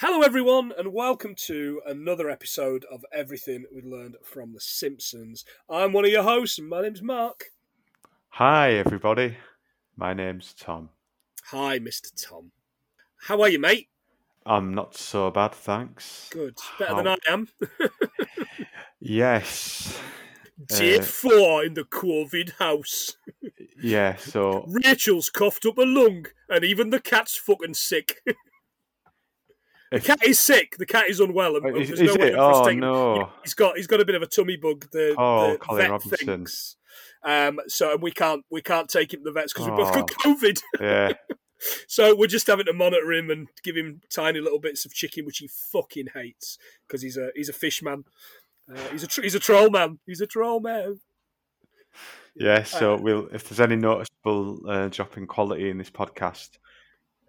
Hello, everyone, and welcome to another episode of Everything We Learned from The Simpsons. I'm one of your hosts, and my name's Mark. Hi, everybody. My name's Tom. Hi, Mr. Tom. How are you, mate? I'm not so bad, thanks. Good. Better than How- I am. Yes. Day Uh, four in the COVID house. Yeah, so Rachel's coughed up a lung, and even the cat's fucking sick. the cat is sick. The cat is unwell. And, and is, there's is no way it? for us to Oh, take him. no. he's got he's got a bit of a tummy bug. The, Oh, the Colin vet Robinson. thinks. Um, so and we can't we can't take him to the vets because we've both got Oh. COVID. Yeah. So we're just having to monitor him and give him tiny little bits of chicken, which he fucking hates because he's a he's a fish man. Uh, he's a tr- he's a troll man. He's a troll man. Uh, Yeah, so we'll if there's any noticeable uh, drop in quality in this podcast,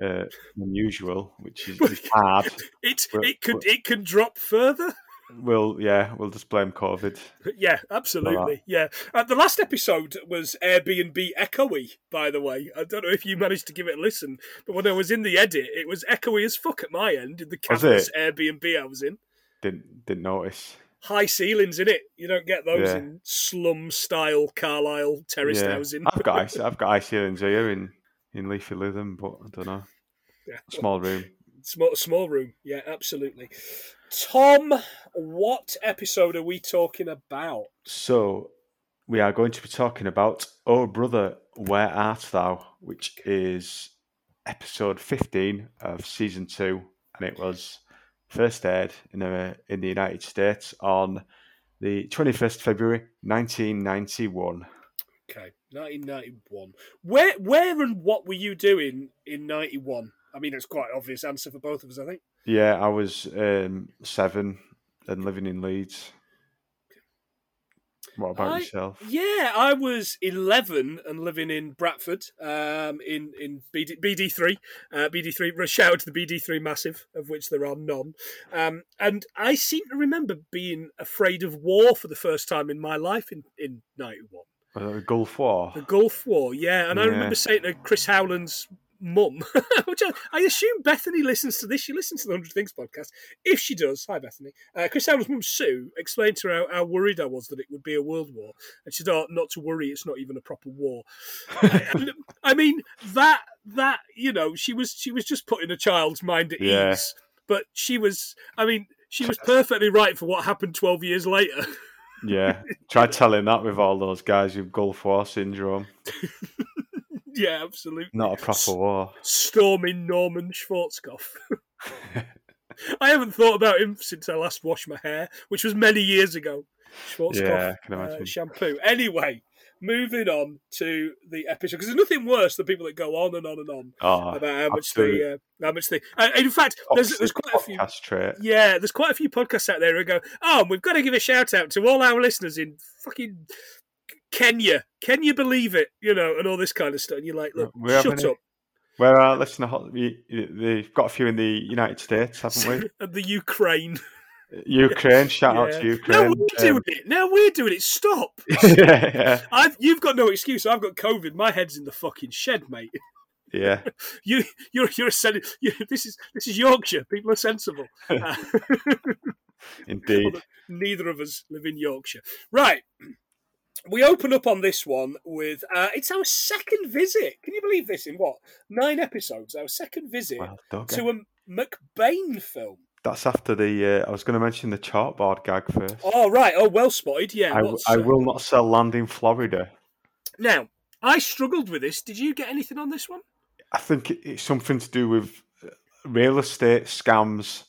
uh, unusual, which is, is hard, It Well, it could it can drop further. we'll yeah, we'll just blame COVID. yeah, absolutely. Yeah. Uh, the last episode was Airbnb echoey. By the way, I don't know if you managed to give it a listen, but when I was in the edit, it was echoey as fuck at my end in the Was cavernous Airbnb I was in. Didn't didn't notice. High ceilings in it. You don't get those Yeah. in slum style Carlisle terraced Yeah. housing. I've got ice, I've got ice ceilings here in in Leafy Lytham, but I don't know. Yeah. Small room. Small, small room. Yeah, absolutely. Tom, what episode are we talking about? So we are going to be talking about Oh Brother, Where Art Thou, which is episode 15 of season 2 and it was first aired in the, in the United States on the 21st February 1991. Okay, 1991. Where, where, and what were you doing in '91? I mean, it's quite an obvious answer for both of us, I think. Yeah, I was um, 7 and living in Leeds. What about I- yourself? Yeah, I was 11 and living in Bradford, um, in in BD, BD3, uh, BD3. Shout out to the BD3 massive, of which there are none. Um, and I seem to remember being afraid of war for the first time in my life in in '91. Was it the Gulf War? The Gulf War, yeah. And I Yeah. remember saying to Chris Howland's mum, which I, I assume Bethany listens to this. She listens to the 100 Things podcast. If she does, hi, Bethany. Uh, Chris Howland's mum, Sue, explained to her how, how worried I was that it would be a world war. And she said, oh, not to worry, it's not even a proper war. And, I mean, that, that, you know, she was, she was just putting a child's mind at Yeah. ease. But she was, I mean, she was perfectly right for what happened 12 years later. yeah. Try telling that with all those guys with Gulf War syndrome. yeah, absolutely. Not a proper war. storming Norman Schwarzkopf. I haven't thought about him since I last washed my hair, which was many years ago. Schwarzkopf Yeah, I can uh, imagine. shampoo. Anyway, moving on to the episode because there's nothing worse than people that go on and on and on oh, about how much absolutely. they, uh, how much they. Uh, in fact, there's, there's toxic quite a few. podcast trait. Yeah, there's quite a few podcasts out there who go, oh, and we've got to give a shout out to all our listeners in fucking Kenya. Can you believe it? You know, and all this kind of stuff. And you're like, look, We haven't shut any- up. Where are listener? Hot, we- they've got a few in the United States, haven't and the Ukraine. we? Ukraine. Shout out to Yeah. Ukraine. Now we're doing Um, it. Now we're doing it. Stop. yeah, yeah, I've, you've got no excuse. I've got COVID. My head's in the fucking shed, mate. yeah. You, you're, you're a sen- you, This is this is Yorkshire. People are sensible. Uh, Indeed. neither of us live in Yorkshire, right? We open up on this one with uh, it's our second visit. Can you believe this? In what nine episodes? Our second visit Well done. to a McBain film. That's after the. Uh, I was going to mention the chalkboard gag first. Oh right. Oh well spotted. Yeah. I, w- what's, I uh, will not sell land in Florida. Now I struggled with this. Did you get anything on this one? I think it- it's something to do with uh, real estate scams,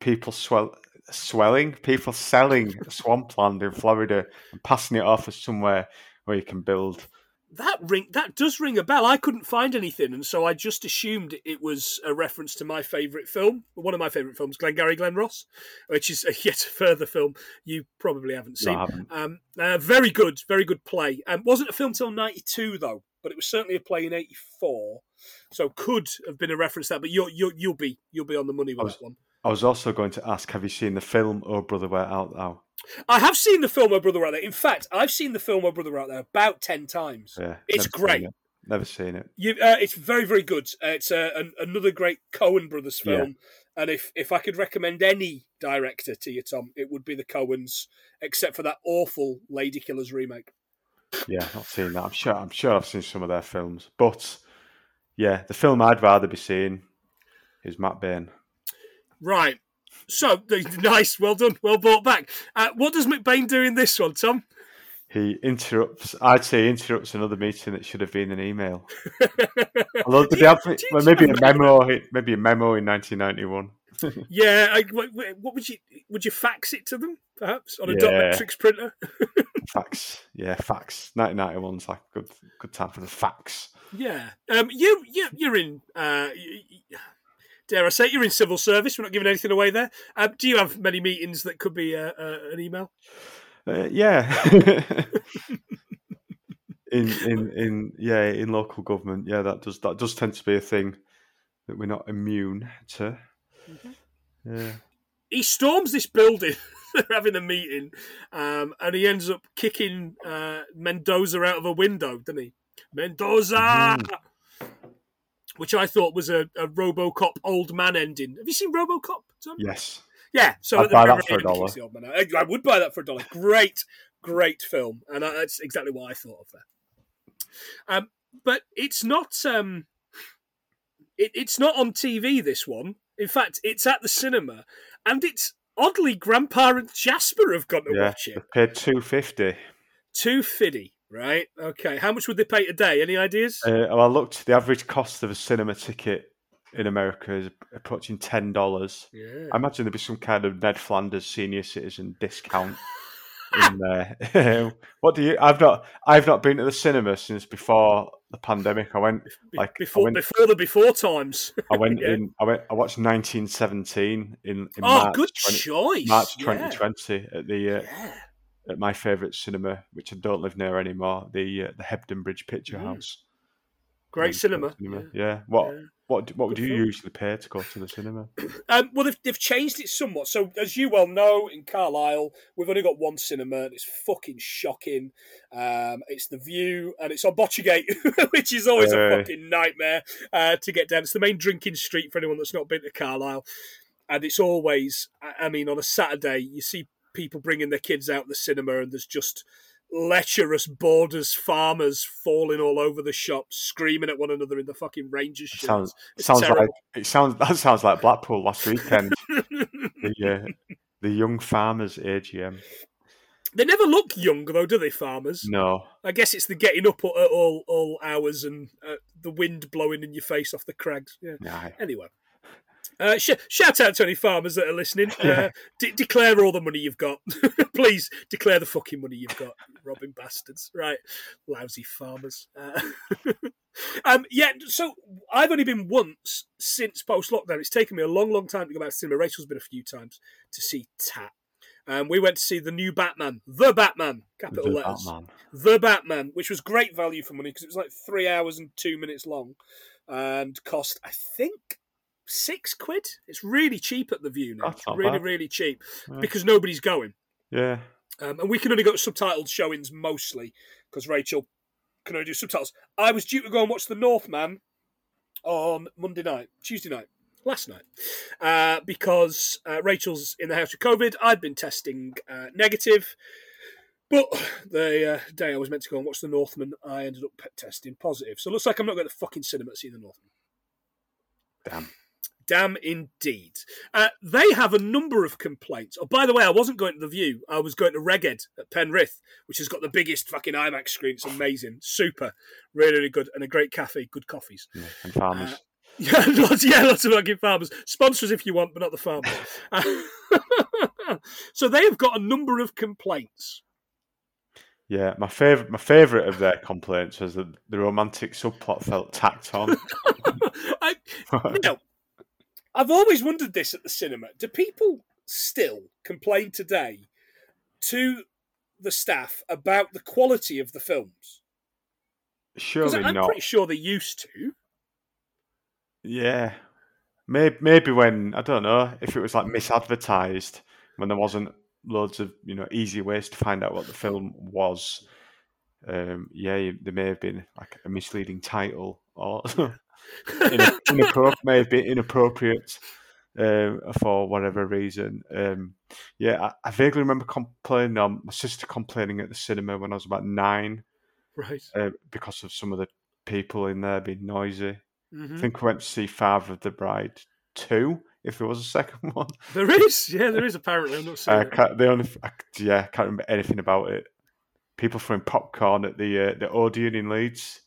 people swell, swelling, people selling swampland in Florida and passing it off as somewhere where you can build. That ring that does ring a bell. I couldn't find anything, and so I just assumed it was a reference to my favourite film, one of my favourite films, Glengarry Glen Ross, which is a yet further film you probably haven't No, seen. I haven't. Um, uh, very good, very good play. Um, wasn't a film till '92 though, but it was certainly a play in '84, so could have been a reference to that. But you're, you're, you'll be you'll be on the money with was- that one. I was also going to ask, have you seen the film Oh Brother Where Art Thou? I have seen the film, My Brother Out There. In fact, I've seen the film, My Brother Out There, about ten times. Yeah, It's never seen great. it. Never seen it. You, uh, it's very, very good. Uh, it's uh, an, another great Cohen brothers Yeah. film. And if if I could recommend any director to you, Tom, it would be the Coens, except for that awful Lady Killers remake. Yeah, not seen that. I'm sure. I'm sure I've seen some of their films, but yeah, the film I'd rather be seeing is Matt Bain. Right. So nice, well done, well brought back. Uh, what does McBain do in this one, Tom? He interrupts. I'd say interrupts another meeting that should have been an email. Although to be able, well, maybe a memo, maybe a memo in 1991. yeah, I, what, what would you would you fax it to them perhaps on a dot Yeah. metrics printer? fax, yeah, fax. 1991's like a good, good time for the fax. yeah, um, you you you're in. Uh, y- y- dare I say you're in civil service? We're not giving anything away there. Um, do you have many meetings that could be uh, uh, an email? Uh, yeah. in in in yeah in local government, yeah, that does that does tend to be a thing that we're not immune to. Uh, Yeah. he storms this building. They're having a meeting, um, and he ends up kicking uh, Mendoza out of a window, doesn't he? Mendoza, which I thought was a, a RoboCop old man ending. Have you seen RoboCop? Tom? Yes. Yeah, so I'd at the buy very that for a end, he dollar. kicks the old man out. I, I would buy that for a dollar. Great, great film, and I, that's exactly what I thought of there. Um, but it's not. Um, it, it's not on TV. This one, in fact, it's at the cinema, and it's oddly Grandpa and Jasper have gone to Yeah. watch They it. paid two fifty. Too fiddy, right? Okay, how much would they pay today? Any ideas? Uh, well, I looked. The average cost of a cinema ticket in America is approaching ten dollars. yeah. I imagine there'd be some kind of Ned Flanders senior citizen discount in there. what do you? I've not. I've not been to the cinema since before the pandemic. I went. Be- like, I before went- before the before times. I went Yeah. in. I went. I watched 1917 in, in Oh, March, good 20 choice. March Yeah. 2020 at the uh, Yeah. at my favourite cinema, which I don't live near anymore, the uh, the Hebden Bridge Picture Mm. House. Great Um, cinema. Yeah. Yeah. What Yeah. what do- what would Good you film. usually pay to go to the cinema? Um, well, they've, they've changed it somewhat. So, as you well know, in Carlisle, we've only got one cinema, and it's fucking shocking. Um, it's The View, and it's on Botchergate, which is always a Hey. fucking nightmare uh, to get down. It's the main drinking street for anyone that's not been to Carlisle. And it's always, I- I mean, on a Saturday, you see people bringing their kids out of the cinema, and there's just lecherous boarders, farmers falling all over the shop, screaming at one another in the fucking Rangers shirts. sounds It's sounds terrible. like it sounds that sounds like Blackpool last weekend. the uh, the young farmers AGM. They never look young, though, do they, farmers? No, I guess it's the getting up at at all all hours and uh, the wind blowing in your face off the crags. Yeah. nah. Anyway. Uh, sh- shout out to any farmers that are listening. Uh, Yeah. de- declare all the money you've got. Please declare the fucking money you've got, robbing bastards. Right, lousy farmers. Uh, um, yeah, so I've only been once since post lockdown. It's taken me a long, long time to go back to cinema. Rachel's been a few times to see Tat. Um, we went to see the new Batman, the Batman, capital the letters. Batman. The Batman, which was great value for money because it was like three hours and two minutes long, and cost I think six quid. It's really cheap at the View now. That's not really, bad. really cheap Yeah. because nobody's going, Yeah, um, and we can only go to subtitled showings mostly because Rachel can only do subtitles. I was due to go and watch The Northman on Monday night, Tuesday night, last night, uh, because uh, Rachel's in the house with COVID. I'd been testing uh, negative. But the uh, day I was meant to go and watch The Northman, I ended up p- testing positive. So it looks like I'm not going to the fucking cinema to see The Northman. damn. Damn indeed. Uh, they have a number of complaints. Oh, by the way, I wasn't going to the View. I was going to Reged at Penrith, which has got the biggest fucking IMAX screen. It's amazing, super, really, really good, and a great cafe, good coffees. Yeah, And farmers. Uh, Yeah, lots, yeah, lots of fucking farmers. Sponsors if you want, but not the farmers. Uh, so they have got a number of complaints. yeah, my favorite my favorite of their complaints was that the romantic subplot felt tacked on. I, now, I've always wondered this at the cinema. Do people still complain today to the staff about the quality of the films? 'Cause Surely I'm not. pretty sure they used to. Yeah, maybe maybe when I don't know if it was like misadvertised when there wasn't loads of you know easy ways to find out what the film was. Um, yeah, you, there may have been like a misleading title or in, inappropriate, may have been inappropriate um, for whatever reason. Um, yeah, I, I vaguely remember complaining, um, my sister complaining at the cinema when I was about nine Right. uh, because of some of the people in there being noisy. I Mhm. think we went to see Father of the Bride 2, if there was a second one. There is. Yeah, there is apparently. I'm not seeing I it. can't, the only, I, yeah, I can't remember anything about it. People throwing popcorn at the uh, the Odeon in Leeds.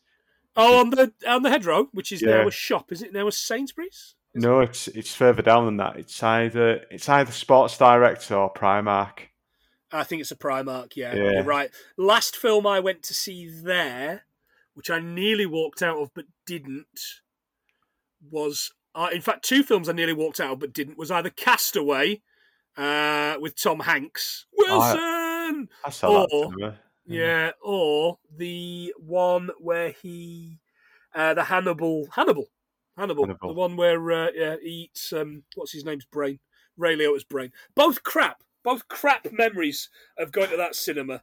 Oh, on the on the hedgerow, which is Yeah. now a shop, is it now a Sainsbury's? No, it's it's further down than that. It's either it's either Sports Direct or Primark. I think it's a Primark. Yeah, Yeah. you're right. Last film I went to see there, which I nearly walked out of but didn't, was uh, in fact two films I nearly walked out of but didn't was either Castaway uh, with Tom Hanks Wilson, I saw that. Or- somewhere. yeah, or the one where he uh, the Hannibal Hannibal Hannibal, Hannibal. the one where uh, yeah, he eats um, what's his name's brain Ray Liotta's brain. Both crap, both crap memories of going to that cinema.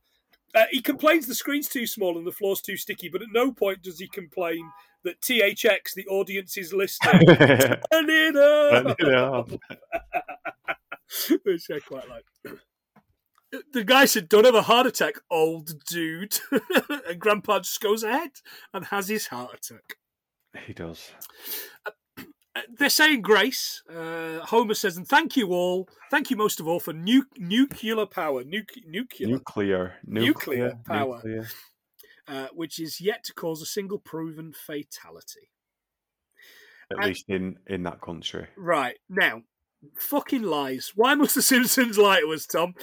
Uh, he complains the screen's too small and the floor's too sticky, but at no point does he complain that THX, the audience is listening. Turn it up! Which I quite like. The guy said, Don't have a heart attack, old dude. and Grandpa just goes ahead and has his heart attack. he does. Uh, They're saying grace. Uh, Homer says, And thank you all. Thank you most of all for nu- nuclear power. Nu- nuclear. Mm. Nuclear, Nuclear power. nuclear. uh, which is yet to cause a single proven fatality. At And- least in in that country. Right now, fucking lies. Why must the Simpsons lie to us, Tom?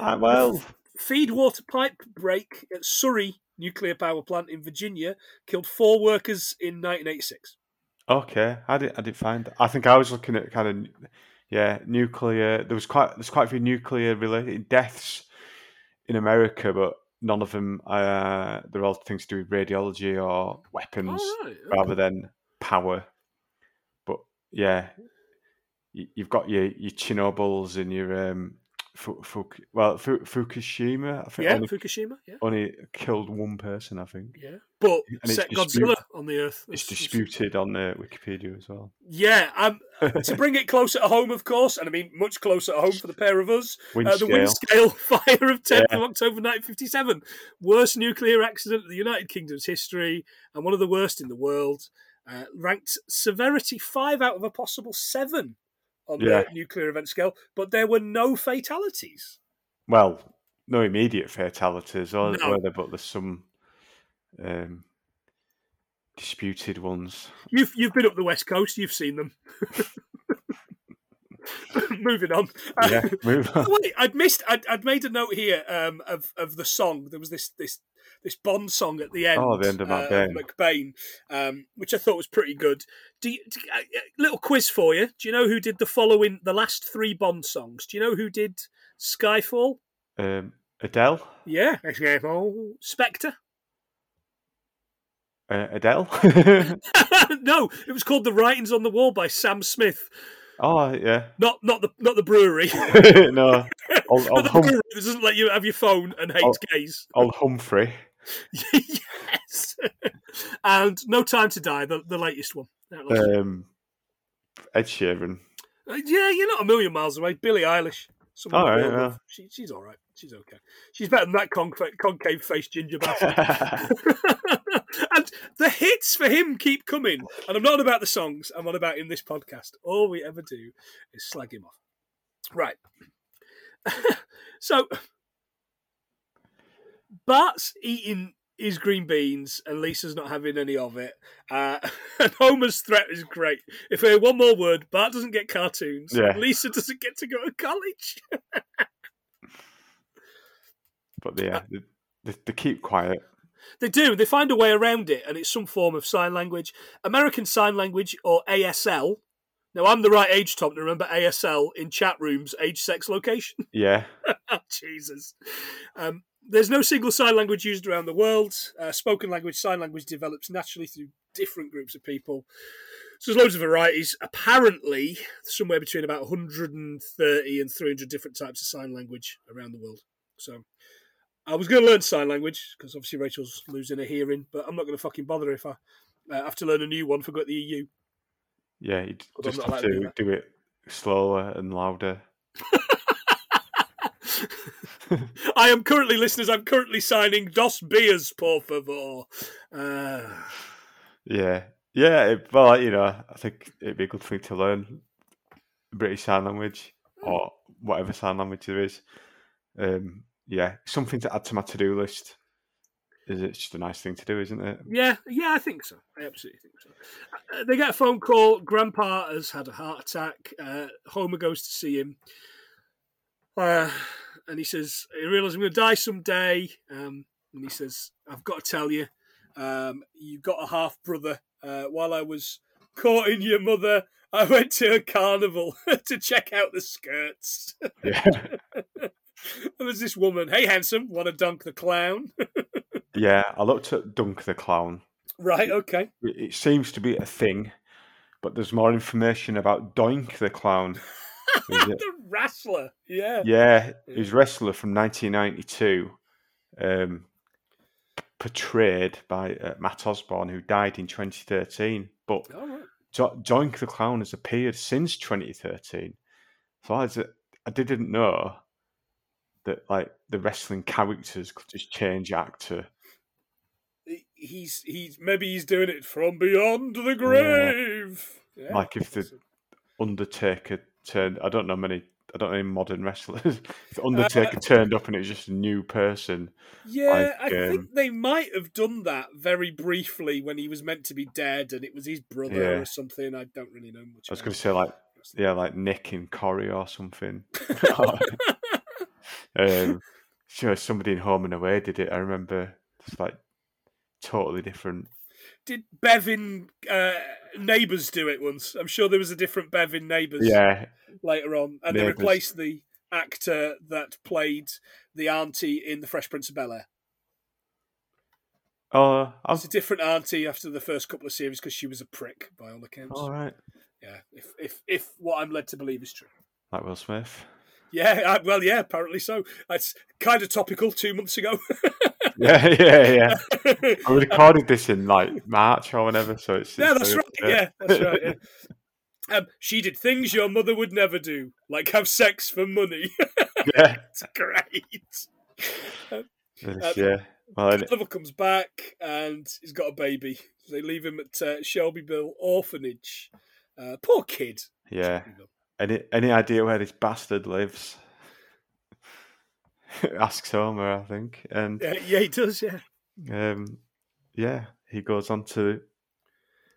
Ah, well, Feed water pipe break at Surrey nuclear power plant in Virginia killed four workers in 1986. okay. I didn't. I didn't find. I think I was looking at kind of yeah, nuclear. There was quite there's quite a few nuclear related deaths in America, but none of them. Uh, they're all things to do with radiology or weapons. All right. rather than power. But yeah, you, you've got your your Chernobyls and your um, Fu, Fu- well Fu, Fukushima. I think yeah, only, Fukushima. Yeah, only killed one person. I think yeah. But And it's set dispute- Godzilla on the Earth. it's disputed on uh, Wikipedia as well. Yeah, um, to bring it closer to home, of course, and I mean much closer to home for the pair of us. Wind Uh, the scale. wind scale fire of 10th Yeah. of October 1957. Worst nuclear accident in the United Kingdom's history and one of the worst in the world. Uh, ranked severity five out of a possible seven on Yeah. the nuclear event scale, but there were no fatalities. Well, no immediate fatalities, or No. were there? But there's some um, disputed ones. You've, you've been up the West Coast, you've seen them. Moving on. Uh, Yeah, move on. Oh, wait, I'd missed. I'd, I'd made a note here um, of of the song. There was this this this Bond song at the end. uh, Oh, the end of of McBain, um, which I thought was pretty good. Do you, do, uh, uh, little quiz for you. Do you know who did the following the last three Bond songs? Do you know who did Skyfall? Um, Adele, Yeah, Skyfall. Spectre. uh, Adele. no, it was called "The Writings on the Wall" by Sam Smith. oh yeah, Not not the not the brewery. no, old, Not old, the hum, brewery that doesn't let you have your phone and hates Oh. gays. old Humphrey. yes. and No Time to Die, the, the latest one. That was- Um, Ed Sheeran. Uh, yeah, you're not a million miles away. Billie Eilish. Someone All I right, really yeah. love. She, she's all right. She's okay. She's better than that concave, concave faced ginger bastard. yeah, and the hits for him keep coming. And I'm not on about the songs. I'm on about in this podcast. All we ever do is slag him off. Right. so Bart's eating his green beans and Lisa's not having any of it. Uh, and Homer's threat is great. If I hear one more word, Bart doesn't get cartoons. Yeah. Lisa doesn't get to go to college. but yeah, they, they, they keep quiet. They do. They find a way around it, and it's some form of sign language. American Sign Language, or ASL. Now, I'm the right age, Tom, to remember ASL in chat rooms, age, sex, location. Yeah, oh, Jesus. Um, there's no single sign language used around the world. Uh, spoken language, sign language develops naturally through different groups of people. So there's loads of varieties. Apparently, somewhere between about 130 and 300 different types of sign language around the world. So I was going to learn sign language because obviously Rachel's E losing her hearing, but I'm not going to fucking bother if I uh, have to learn a new one for go to the EU. Yeah, you d- But I'm just not have allowed to do to do it slower and louder. I am currently, listeners, I'm currently signing Dos Beers, por favor. Uh, Yeah, yeah. It, well, you know, I think it'd be a good thing to learn British Sign Language or whatever sign language there is. Um, yeah, something to add to my to-do list. Is it's just a nice thing to do, isn't it? yeah, yeah, I think so. I absolutely think so. Uh, they get a phone call. Grandpa has had a heart attack. Uh, Homer goes to see him. Uh, and he says, he realizes I'm going to die someday. Um, and he says, I've got to tell you, um, you've got a half brother. Uh, while I was courting your mother, I went to a carnival to check out the skirts. Yeah, And there's this woman, hey, handsome, want to dunk the clown? yeah. I looked at Dunk the Clown. right, okay. It it seems to be a thing, but there's more information about Doink the Clown. Is it? The wrestler, yeah. Yeah, he was a wrestler from 1992, um, p- portrayed by uh, Matt Osborne, who died in 2013. But All right. jo- Doink the Clown has appeared since 2013. So I, was, I didn't know that like the wrestling characters could just change actor. He- He's he's maybe he's doing it from beyond the grave. Yeah. Like if the Undertaker turned, I don't know many. I don't know any modern wrestlers. If the Undertaker turned up and it was just a new person, yeah, like, I um, think they might have done that very briefly when he was meant to be dead, and it was his brother Yeah. or something. I don't really know much. I was about going to say like it. yeah, like Nick and Corey or something. um, sure, somebody in Home and Away did it. I remember it's like totally different. Did Bevin uh, Neighbours do it once? I'm sure there was a different Bevin Neighbours. Yeah, later on, and they Neighbours. replaced the actor that played the auntie in The Fresh Prince of Bel Air. oh, I It's a different auntie after the first couple of series because she was a prick by all accounts. all right. Yeah, if if if what I'm led to believe is true. Like Will Smith. Yeah, I, well, yeah, apparently so. It's kind of topical. Two months ago, Yeah, yeah, yeah. yeah, I recorded this in like March or whenever, so it's it's that's so- right. Yeah, that's right. Yeah. Um, she did things your mother would never do, like have sex for money. yeah. it's great. Uh, This, yeah. Well, and- Oliver comes back and he's got a baby. They leave him at uh, Shelbyville Orphanage. Uh, poor kid. yeah. Any any idea where this bastard lives? Asks Homer, I think, and Yeah, Uh, yeah, he does. Yeah, um, yeah, he goes on to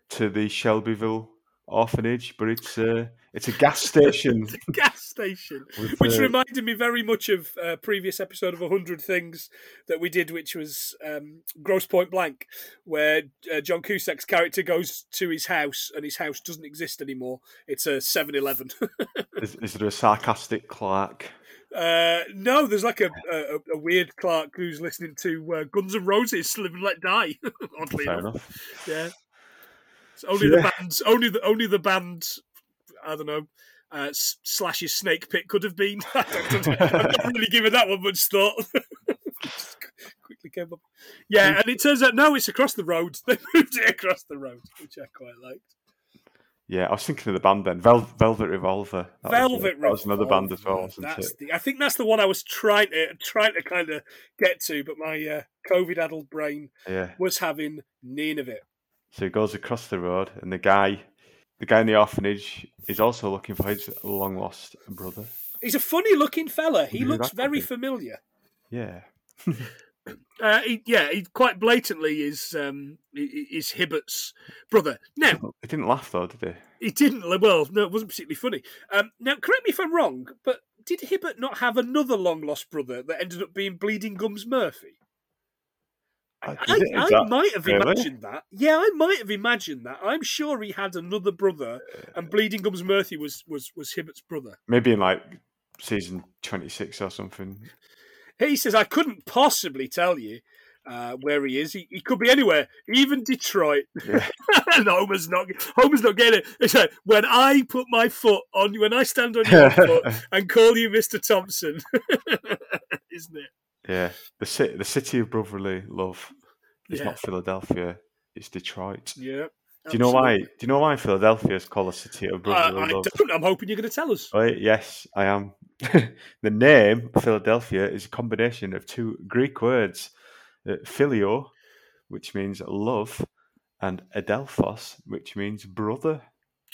to the Shelbyville orphanage, but it's a it's a gas station. gas station, with, which uh, reminded me very much of a previous episode of hundred things that we did, which was um, Gross Point Blank, where uh, John Cusack's character goes to his house and his house doesn't exist anymore. It's a 7-Eleven. is, is there a sarcastic clerk? Uh, no, there's like a, a a weird Clark who's listening to uh, Guns N' Roses "Live and Let Die." oddly Fair enough. enough. Yeah. It's only the Yeah. band's only the only the band I don't know uh, s- slashes snake pit could have been. I don't, I've not really given that one much thought. Just qu- quickly came up. Yeah, and it turns out no, it's across the road. They moved it across the road, which I quite liked. Yeah, I was thinking of the band then, Vel- Velvet Revolver. That was it. Velvet That was another band as well, Revolver, wasn't that's it? The, I think that's the one I was trying to trying to kind of get to, but my uh, COVID-addled brain Yeah. was having none of it. So he goes across the road, and the guy, the guy in the orphanage, is also looking for his long lost brother. He's a funny-looking fella. He Yeah, looks that could very be. familiar. Yeah. Uh, he, yeah, he quite blatantly is um, i- i- is Hibbert's brother. Now He didn't laugh though, did he? he didn't. Well, no, it wasn't particularly funny. Um, now, correct me if I'm wrong, but did Hibbert not have another long lost brother that ended up being Bleeding Gums Murphy? I, Uh, is it- I- is I that- might have really? imagined that. Yeah, I might have imagined that. I'm sure he had another brother, and Bleeding Gums Murphy was was was Hibbert's brother. Maybe in like season twenty six or something. He says, I couldn't possibly tell you uh, where he is. He, he could be anywhere, even Detroit. Yeah. and Homer's not, Homer's not getting it. It's like, when I put my foot on you, when I stand on your foot and call you Mr. Thompson, isn't it? Yeah, the city, the city of brotherly love. It's Yeah. not Philadelphia; it's Detroit. Yeah. Do you know why? Do you know why Philadelphia is called the city of brotherly I, I love? don't. I'm hoping you're going to tell us. Oh, yes, I am. the name Philadelphia is a combination of two Greek words, uh, philio, which means love, and adelphos, which means brother.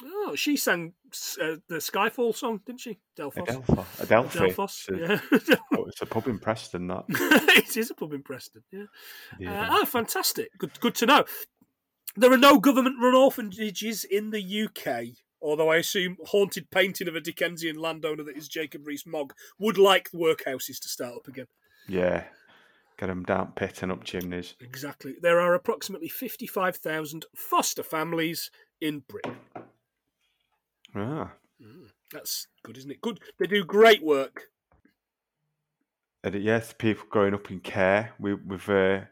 Oh, she sang uh, the Skyfall song, didn't she? Delphos. Adelphos. Adelphi. Delphos. It's, a, Yeah. oh, it's a pub in Preston. That. it is a pub in Preston. Yeah. Yeah. Uh, oh, fantastic. Good, good to know. There are no government run orphanages in the UK, although I assume haunted painting of a Dickensian landowner that is Jacob Rees Mogg would like the workhouses to start up again. yeah. Get them down pit and up chimneys. Exactly. There are approximately 55,000 foster families in Britain. Ah, That's good, isn't it? Good. They do great work. and it- yes, people growing up in care. We, we've uh,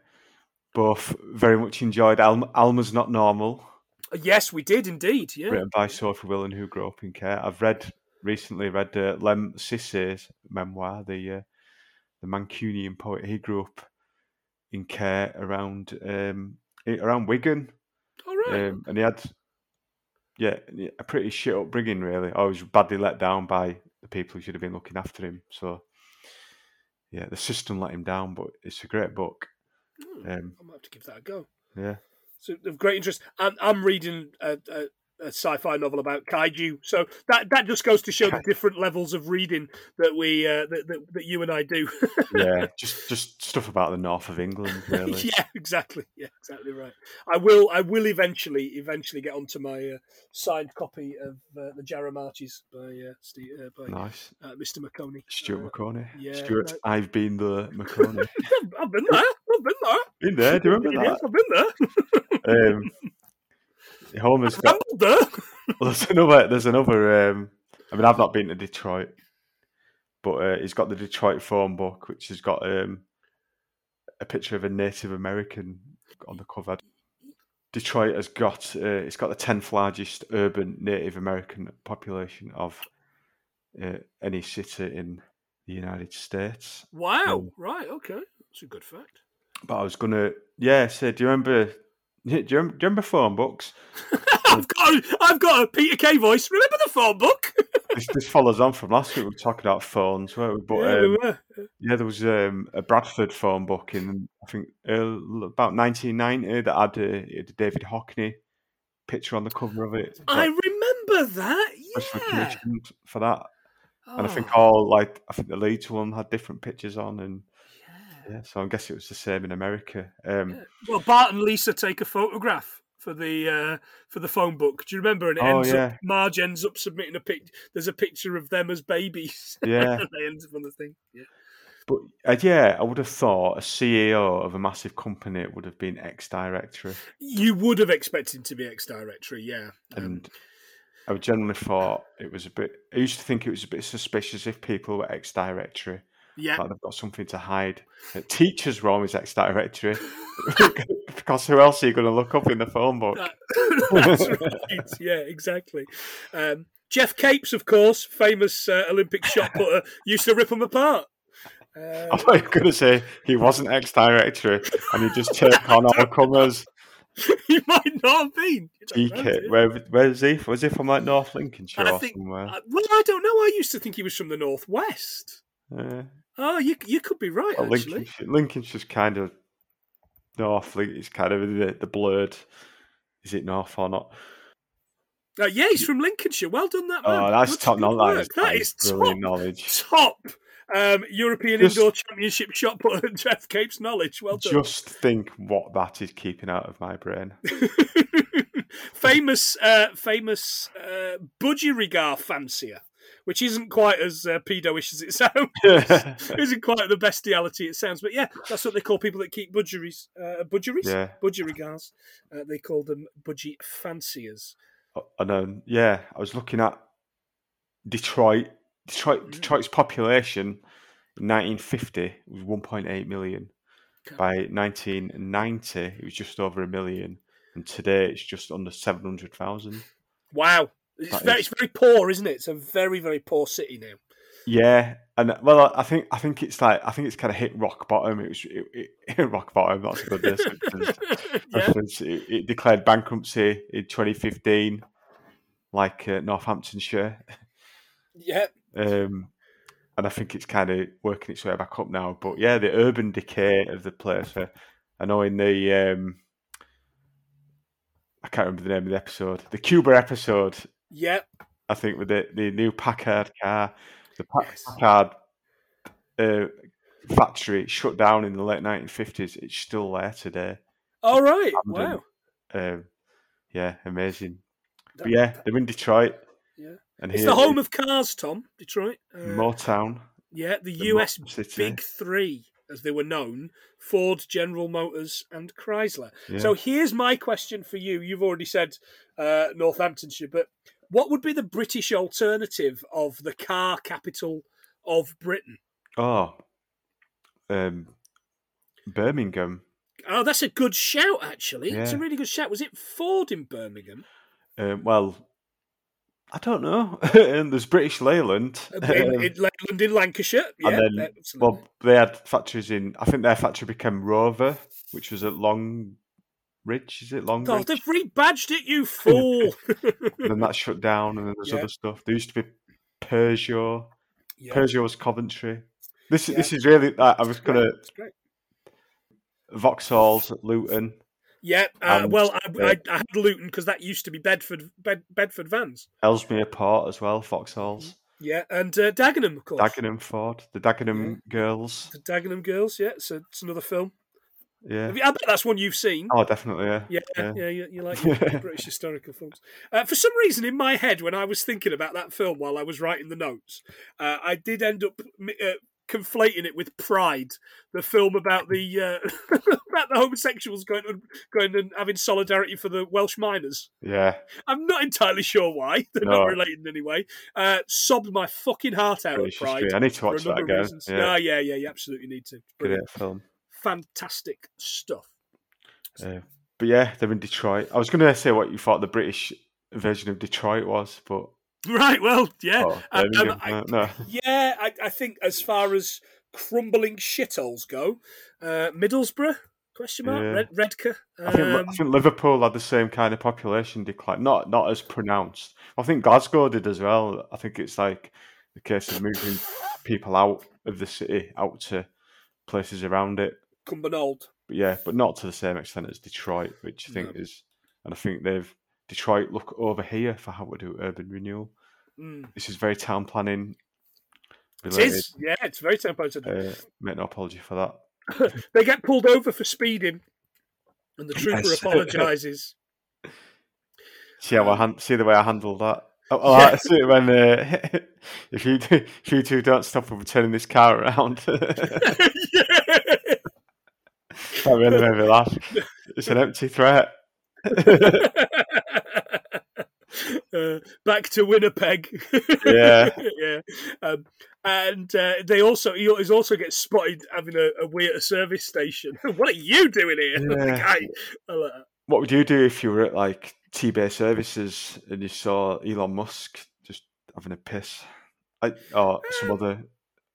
both very much enjoyed Alma, Alma's Not Normal. Uh, Yes, we did indeed. Yeah. written by Sophie Willan, who grew up in care. I've read recently read uh, Lem Sisse's memoir, the uh, the Mancunian poet. He grew up in care around um, eh, around Wigan, All right. um, and he had yeah a pretty shit upbringing. Really, I was badly let down by the people who should have been looking after him. So yeah, the system let him down, but it's a great book. Hmm, Um, I might have to give that a go. yeah, So of great interest. I'm, I'm reading a, a, a sci-fi novel about kaiju, so that that just goes to show the different levels of reading that we uh, that, that that you and I do. yeah, just just stuff about the north of England. Really, yeah, exactly. Yeah, exactly right. I will. I will eventually eventually get onto my uh, signed copy of uh, the Jaramatis by uh, Steve, uh, by nice. uh, Mr. McConey. Stuart McConey. Uh, yeah, Stuart, that- I've been the McConey. I've been there. I've been there. been there, do you Yes, remember I've been there. that? Um, Homer's got. Rambled there. Well, there's another. There's another. Um, I mean, I've not been to Detroit, but uh, he's got the Detroit phone book, which has got um, a picture of a Native American on the cover. Detroit has got. Uh, it's got the tenth largest urban Native American population of uh, any city in the United States. Wow. Mm. Right. Okay. That's a good fact. But I was gonna, yeah. So do you remember? Do you, rem- do you remember phone books? I've got, I've got a Peter Kay voice. Remember the phone book? This, this follows on from last week. We were talking about phones, weren't we? But Yeah, yeah, we um, were. yeah there was um, a Bradford phone book in I think earl- about 1990 that had a, it had a David Hockney picture on the cover of it. I that remember that. was for Yeah. commissioned for that, and I think Oh, all like I think the Leeds one had different pictures on, and yeah. yeah, so I guess it was the same in America. Um, Yeah. Well, Bart and Lisa take a photograph for the uh, for the phone book. Do you remember? And it Oh, ends up, yeah. Marge ends up submitting a pic. There's a picture of them as babies. yeah. and they end up on the thing. Yeah. But uh, yeah, I would have thought a CEO of a massive company would have been ex-directory, You would have expected him to be ex-directory. Yeah. Um, and I generally thought it was a bit. I used to think it was a bit suspicious if people were ex-directory, yeah. like they've got something to hide. Uh, teachers were always ex-directory, because who else are you going to look up in the phone book? That- That's right. Yeah, exactly. Um, Jeff Capes, of course, famous uh, Olympic shot putter, used to rip them apart. I Uh, thought you were going to say he wasn't ex-directory, and he just took on all comers. he might not have been. You don't know, do DK, you? where where was he? Was he from like North Lincolnshire And I or think- somewhere? Uh, well, I don't know. I used to think he was from the northwest. Yeah. Oh, you you could be right Well, actually. Lincolnshire, Lincolnshire's kind of north. Link- It's kind of the, the blurred. Is it north or not? Uh, yeah, he's from Lincolnshire. Well done, that man. Oh, that's Good- top good knowledge. work. That is top brilliant knowledge. top um, European Just- indoor championship shot putter. Jeff Capes knowledge. Well done. Just think what that is keeping out of my brain. famous, uh, famous uh, budgerigar fancier, which isn't quite as uh, pedo-ish as it sounds. yeah, isn't quite the bestiality it sounds, but yeah, that's what they call people that keep budgeries, uh, budgeries, budgerigars. Uh, they call them budgie fanciers. and then yeah, I was looking at Detroit. Detroit, Mm. Detroit's population in 1950 was 1.8 million. Okay. By 1990, it was just over a million, and today it's just under 700,000. Wow, it's That very, is- it's very poor, isn't it? It's a very, very poor city now. Yeah, I- And well, I think I think it's like I think it's kind of hit rock bottom. It was it, it, rock bottom. That's a good reference. yeah. Reference. It, it declared bankruptcy in 2015, like uh, Northamptonshire. yeah. Um, and I think it's kind of working its way back up now. But yeah, the urban decay of the place. uh, I know in the um, I can't remember the name of the episode, the Cuba episode. Yeah. I think with the, the new Packard car, the pa- Yes. Packard uh, factory shut down in the late 1950s. It's still there today. All right. Camden. Wow. Um, yeah, amazing. But That- yeah, that- they're in Detroit. Yeah. and it's here the home is of cars, Tom. Detroit. Uh, Motown, yeah, the, the US Motor City. big three, as they were known: Ford, General Motors, and Chrysler. Yeah. So here's my question for you. You've already said uh, Northamptonshire, but what would be the British alternative of the car capital of Britain? oh, um, Birmingham. Oh, that's a good shout, actually. It's a Yeah. really good shout. Was it Ford in Birmingham? Um, well, I don't know. and there's British Leyland. In, Uh, in, Um, Leyland in Lancashire? Yeah, and then, absolutely. well, they had factories in. I think their factory became Rover, which was at Long Ridge. Is it Long God, Ridge? they've rebadged it, you fool. And then that shut down, and then there's Yeah. other stuff. There used to be Peugeot. yeah, Peugeot's Coventry. This Yeah. this is really. I, I was great, gonna it's great. Vauxhall's at Luton. Yeah, uh, and, well, I, uh, I, I had Luton because that used to be Bedford Bed, Bedford Vans. Ellesmere Port as well, Foxhalls, Yeah, and uh, Dagenham, of course. Dagenham Ford, the Dagenham Girls. The Dagenham Girls, yeah, it's, a, it's another film. Yeah. Have you- I bet that's one you've seen. Oh, definitely. Yeah. Yeah, Yeah. yeah, you, you like your British historical films. Uh, for some reason, in my head, when I was thinking about that film while I was writing the notes, uh, I did end up mi- uh, conflating it with Pride, the film about the uh, about the homosexuals going and going and having solidarity for the Welsh miners. Yeah. I'm not entirely sure why they're No. not related in any way. Uh, sobbed my fucking heart out at British Pride. history. I need to For a watch that number of again. reasons. Yeah. No, yeah, yeah, you absolutely need to. Brilliant. Brilliant film. Fantastic stuff. Uh, but yeah, they're in Detroit. I was going to say what you thought the British version of Detroit was, but Right, well, yeah. oh, um, Birmingham, I- uh, no. Yeah, I, I think as far as crumbling shitholes go, uh, Middlesbrough question mark Yeah. Red, Redcar. I think, Um, I think Liverpool had the same kind of population decline, not not as pronounced. I think Glasgow did as well. I think it's like the case of moving people out of the city, out to places around it. Cumbernauld. But yeah, but not to the same extent as Detroit, which I think is, and I think they've Detroit look over here for how we do urban renewal. Mm. This is very town planning. It is. Yeah, it's very time sensitive. Uh, make no apology for that. They get pulled over for speeding, and the trooper Yes. apologises. See how I Um, han- see the way I handle that. Oh, oh, Yeah. I see it when uh, if you do, if you two don't stop from turning this car around, that yeah. really made me laugh. It's an empty threat. Uh, back to Winnipeg. Yeah. yeah. Um, and uh, they also he is also gets spotted having a, a wee at a service station. what are you doing here? Yeah. Guy. I like that. What would you do if you were at like T-Bay Services and you saw Elon Musk just having a piss, I, or some other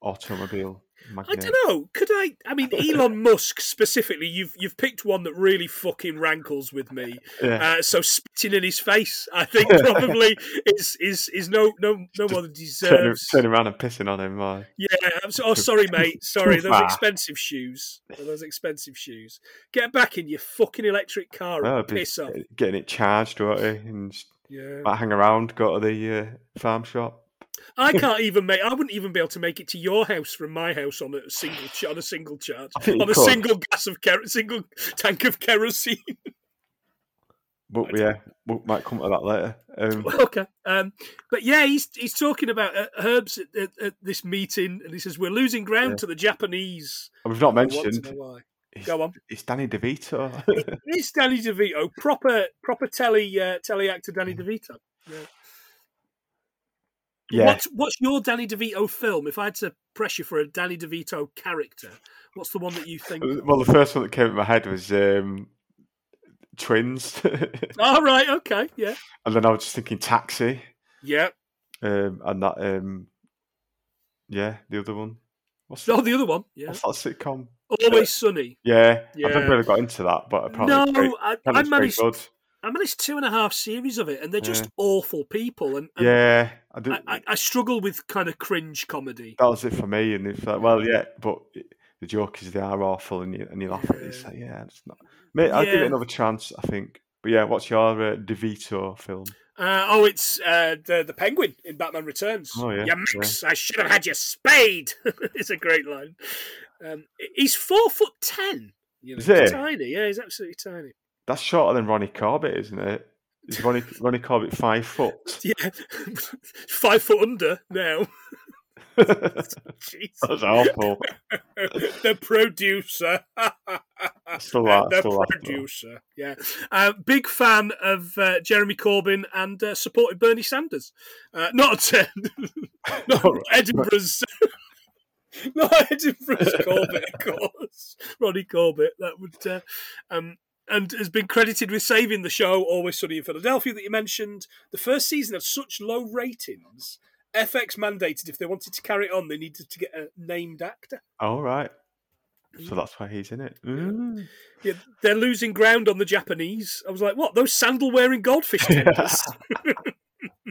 automobile? Uh. I Magnate? don't know. Could I? I mean, Elon Musk specifically. You've you've picked one that really fucking rankles with me. Yeah. Uh, so spitting in his face, I think probably is is is no no no more than Turning, deserves. turning around and pissing on him. Like, Yeah, I'm so, oh, sorry, mate. Sorry, those far. expensive shoes. Those expensive shoes. Get back in your fucking electric car and oh, it'd be piss off. getting it charged, won't he? And just Yeah, might hang around, go to the uh, farm shop. I can't even make. I wouldn't even be able to make it to your house from my house on a single ch- on a single charge I think you on a could. single gas of ker- single tank of kerosene. But Right. yeah, we might come to that later. Um, okay, um, but yeah, he's he's talking about uh, herbs at, at, at this meeting, and he says we're losing ground Yeah. to the Japanese. and we've not I want to know mentioned why. it's, Go on. it's Danny DeVito. It's Danny DeVito, proper proper telly uh, telly actor Danny Mm. DeVito. yeah, What's what's your Danny DeVito film? If I had to press you for a Danny DeVito character, what's the one that you think? well, the first one that came to my head was um, Twins, and All Ah, right, okay, yeah, then I was just thinking Taxi, yeah, um, and that um, Yeah, the other one. What's, Oh, the other one. Yeah. what's that sitcom? Always Sunny. Yeah, Yeah. I've never really got into that, but apparently No, it's very, I, apparently I it's very managed. good. I managed two and a half series of it, and they're just Yeah. awful people. And, and Yeah, I did. um, I, I, I struggle with kind of cringe comedy. that was it for me. And it's like, well, yeah, but it- the joke is they are awful, and you and you laugh at it. It's Yeah. like, yeah, it's not. Mate, I'll give Yeah. it another chance. I think. But yeah, what's your uh, DeVito film? Uh, oh, it's uh, the the Penguin in Batman Returns. Oh, yeah, You mix. I should have had your spade. it's a great line. Um, he's four foot ten. You know, Is he's he? tiny. Yeah, he's absolutely tiny. That's shorter than Ronnie Corbett, isn't it? Is Ronnie Ronnie Corbett five foot? Yeah, five foot under now. That's Jesus, awful. the producer. Still laugh. the Still laugh. at that. producer. Yeah, uh, big fan of uh, Jeremy Corbyn and uh, supported Bernie Sanders. Uh, not uh, not Edinburgh's. Not Edinburgh's Corbett, of course. Ronnie Corbett. That would, uh, um, and has been credited with saving the show "Always Sunny in Philadelphia" that you mentioned. The first season had such low ratings. FX mandated if they wanted to carry it on, they needed to get a named actor. All right. So that's why he's in it. Mm. Yeah, they're losing ground on the Japanese. I was like, what? Those sandal wearing goldfish tenders?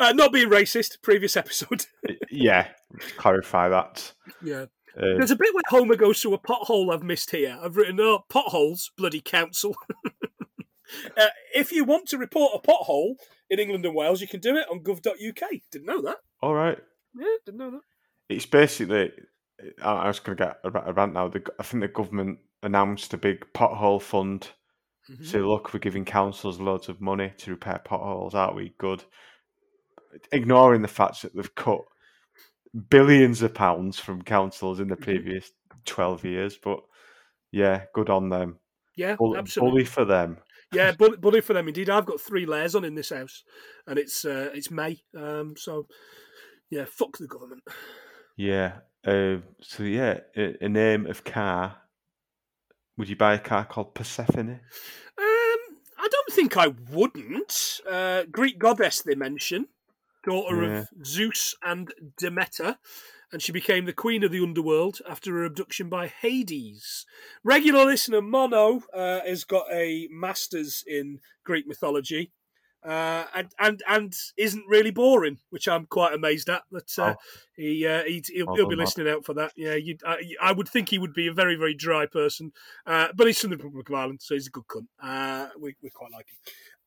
uh, not being racist, previous episode. Yeah, clarify that. Yeah. Uh, There's a bit where Homer goes through a pothole I've missed here. I've written, oh, potholes, bloody council. uh, if you want to report a pothole in England and Wales, you can do it on gov.uk. Didn't know that. all right. Yeah, didn't know that. It's basically. I I was going to get a ra- a rant now. The, g- I think the government announced a big pothole fund. Mhm. So look, we're giving councils loads of money to repair potholes, aren't we? Good. Ignoring the fact that they've cut billions of pounds from councils in the Mhm. previous twelve years, but yeah, good on them. Yeah, Bull- absolutely. Bully for them. Yeah, bully, bully for them indeed. I've got three layers on in this house, and it's uh, it's May. Um, so yeah, fuck the government. Yeah. Uh, so yeah, a, a name of car. Would you buy a car called Persephone? Um, I don't think I wouldn't. Uh, Greek goddess they mention, daughter Yeah. of Zeus and Demeter, and she became the queen of the underworld after her abduction by Hades. Regular listener Mono uh, has got a master's in Greek mythology. Uh, and, and and isn't really boring, which I'm quite amazed at. But uh, he uh, he he'll, Oh. Well he'll done, be lad. listening out for that. Yeah, you'd, I, I would think he would be a very very dry person uh, but he's from the Republic of Ireland, so he's a good cunt. Uh, we, we quite like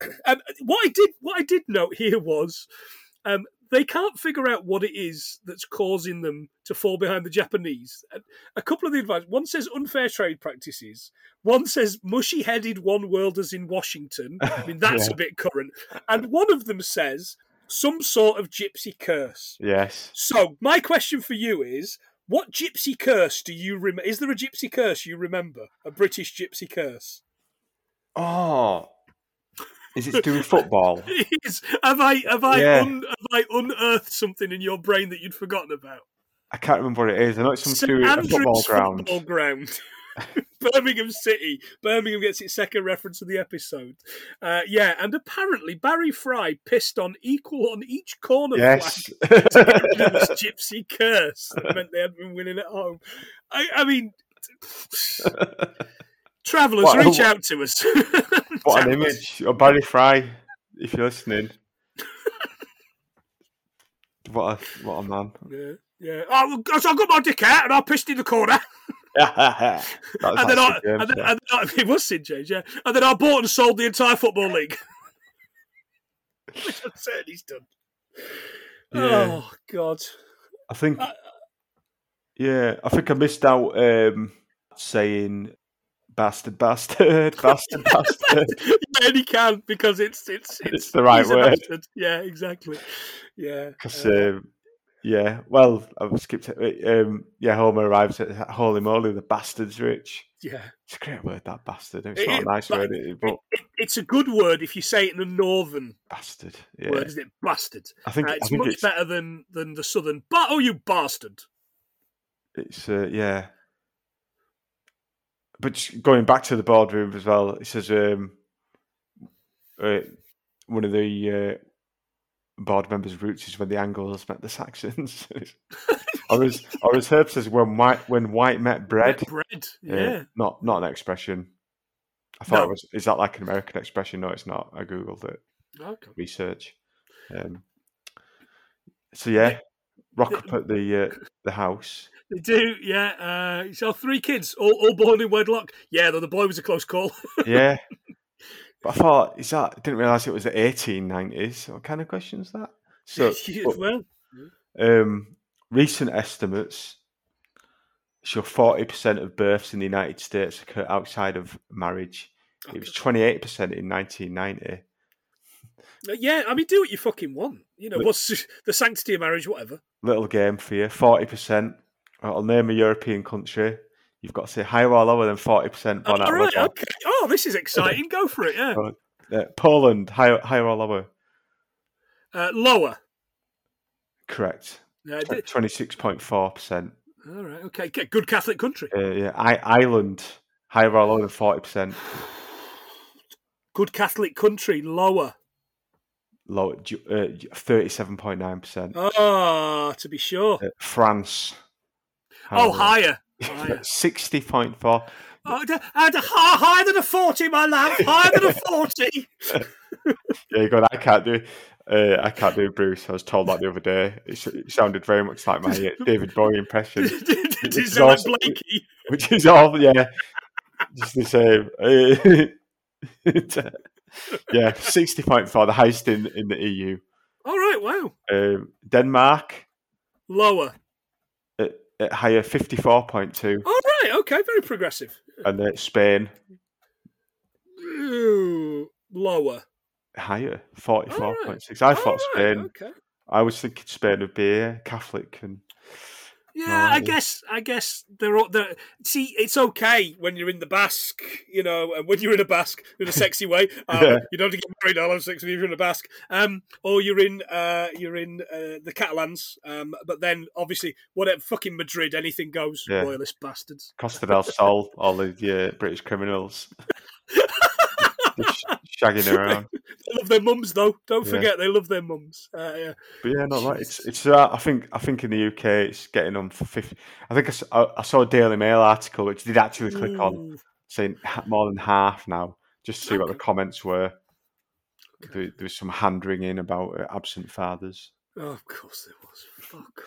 him. um, what I did what I did note here was um, they can't figure out what it is that's causing them to fall behind the Japanese. And A couple of the advice one says unfair trade practices, one says mushy headed one worlders in Washington. I mean that's Yeah. a bit current, and one of them says some sort of gypsy curse. Yes. So my question for you is: What gypsy curse do you remember? Is there a gypsy curse you remember? A British gypsy curse? Oh, is it to do with football? It is. Have I have I Yeah. un, have I unearthed something in your brain that you'd forgotten about? I can't remember what it is. I know it's something to do with a football ground. football ground. Birmingham City. Birmingham gets its second reference of the episode. Uh, yeah, and apparently Barry Fry pissed on equal on each corner flag. Yes. rid of this gypsy curse that meant they had been winning at home. I, I mean, travellers, What- reach out to us. what an image. Or Barry Fry, if you're listening. what a what a man. Yeah, yeah. Oh, well, so I got my dick out and I pissed in the corner, That was and then I, actually James, and then, yeah. and then I, it was Sid James, yeah, and then I bought and sold the entire football league, which I'm certain he's done. Yeah. Oh God, I think I- Yeah, I think I missed out um saying bastard bastard bastard bastard. yeah, and he can because it's it's it's, It's the right he's a word. bastard. Yeah, exactly. Yeah, 'Cause, uh, um, yeah, well, I've skipped it. Um, yeah, Homer arrives at Holy Moly, the bastard's rich. yeah. It's a great word, that bastard. It's It not is, a nice but- word, it- but it, it's a good word if you say it in a northern bastard. Yeah, word, isn't it? Bastard. I think Uh, I it's think much it's better than than the southern. But oh, you bastard! It's uh, yeah. But just going back to the boardroom as well, it says um, uh, one of the uh, board members' roots is when the Angles met the Saxons, or as or as Herb says, when white when white met bread. Uh, Bread, yeah. not not an expression. I thought No. it was. Is that like an American expression? No, it's not. I googled it. Okay. Research. Um, so yeah, rock up at the uh, the house. They do, yeah. Uh, so three kids, all, all born in wedlock. Yeah, though the boy was a close call. Yeah. But I thought, is that? Didn't realize it was the 1890s. What kind of question is that? So, Yeah, but, well, um, recent estimates show 40% of births in the United States occur outside of marriage. It was 28% in 1990. Uh, Yeah, I mean, do what you fucking want. You know, But- what's the sanctity of marriage, whatever. Little game for you 40%. I'll name a European country. You've got to say higher or lower than 40%. Uh, All Bon right, Appetit. okay. Oh, this is exciting. Go for it. Yeah. Uh, Poland, higher, higher or lower? Uh, lower. Correct. Uh, d- 26.4%. all right. Okay. G- Good Catholic country. Uh, yeah, I- Ireland higher or lower than forty percent. Good Catholic country. Lower. Low, uh, thirty-seven point nine percent. Uh, Ah, to be sure. France. uh, Oh, higher. higher. Sixty point four. Oh, d- I'd- hi- higher than a 40, my love. Higher than a 40. Yeah, you go. I can't do. Uh, I can't do Bruce. I was told that the other day. It, s- it sounded very much like my uh, David Bowie impression, It is is like also- Blakey. which is all yeah, just the same. Uh, yeah, sixty point four, the highest in in the EU. All right. Wow. Um, Denmark Lower. at, at higher fifty four point two. All right. Okay. Very progressive. and uh, Spain Ooh, lower. higher, forty four point six. I All thought Oh, right, Spain. Okay. I was thinking Spain would be uh, Catholic, and Yeah, I No. guess I guess they're all they're, see it's okay when you're in the Basque, you know, and when you're in a Basque in a sexy way, um, Yeah. you don't have to get married. I'll have sex with you if you're in a Basque, um, or you're in uh, you're in uh, the Catalans. Um, but then obviously, whatever fucking Madrid, anything goes. Yeah. Royalist bastards. Costa del Sol, all the uh, British criminals Just sh- shagging around. They love their mums though. Don't Yeah. forget they love their mums. Uh, yeah. But yeah, not that. It's it's. Uh, I think I think in the UK it's getting on for fifty. I think I, s- I- I saw a Daily Mail article which did actually click on Ooh. saying ha- more than half now, just to see what the comments were. There, there was some hand wringing about uh, absent fathers. Oh, of course there was. Fuck.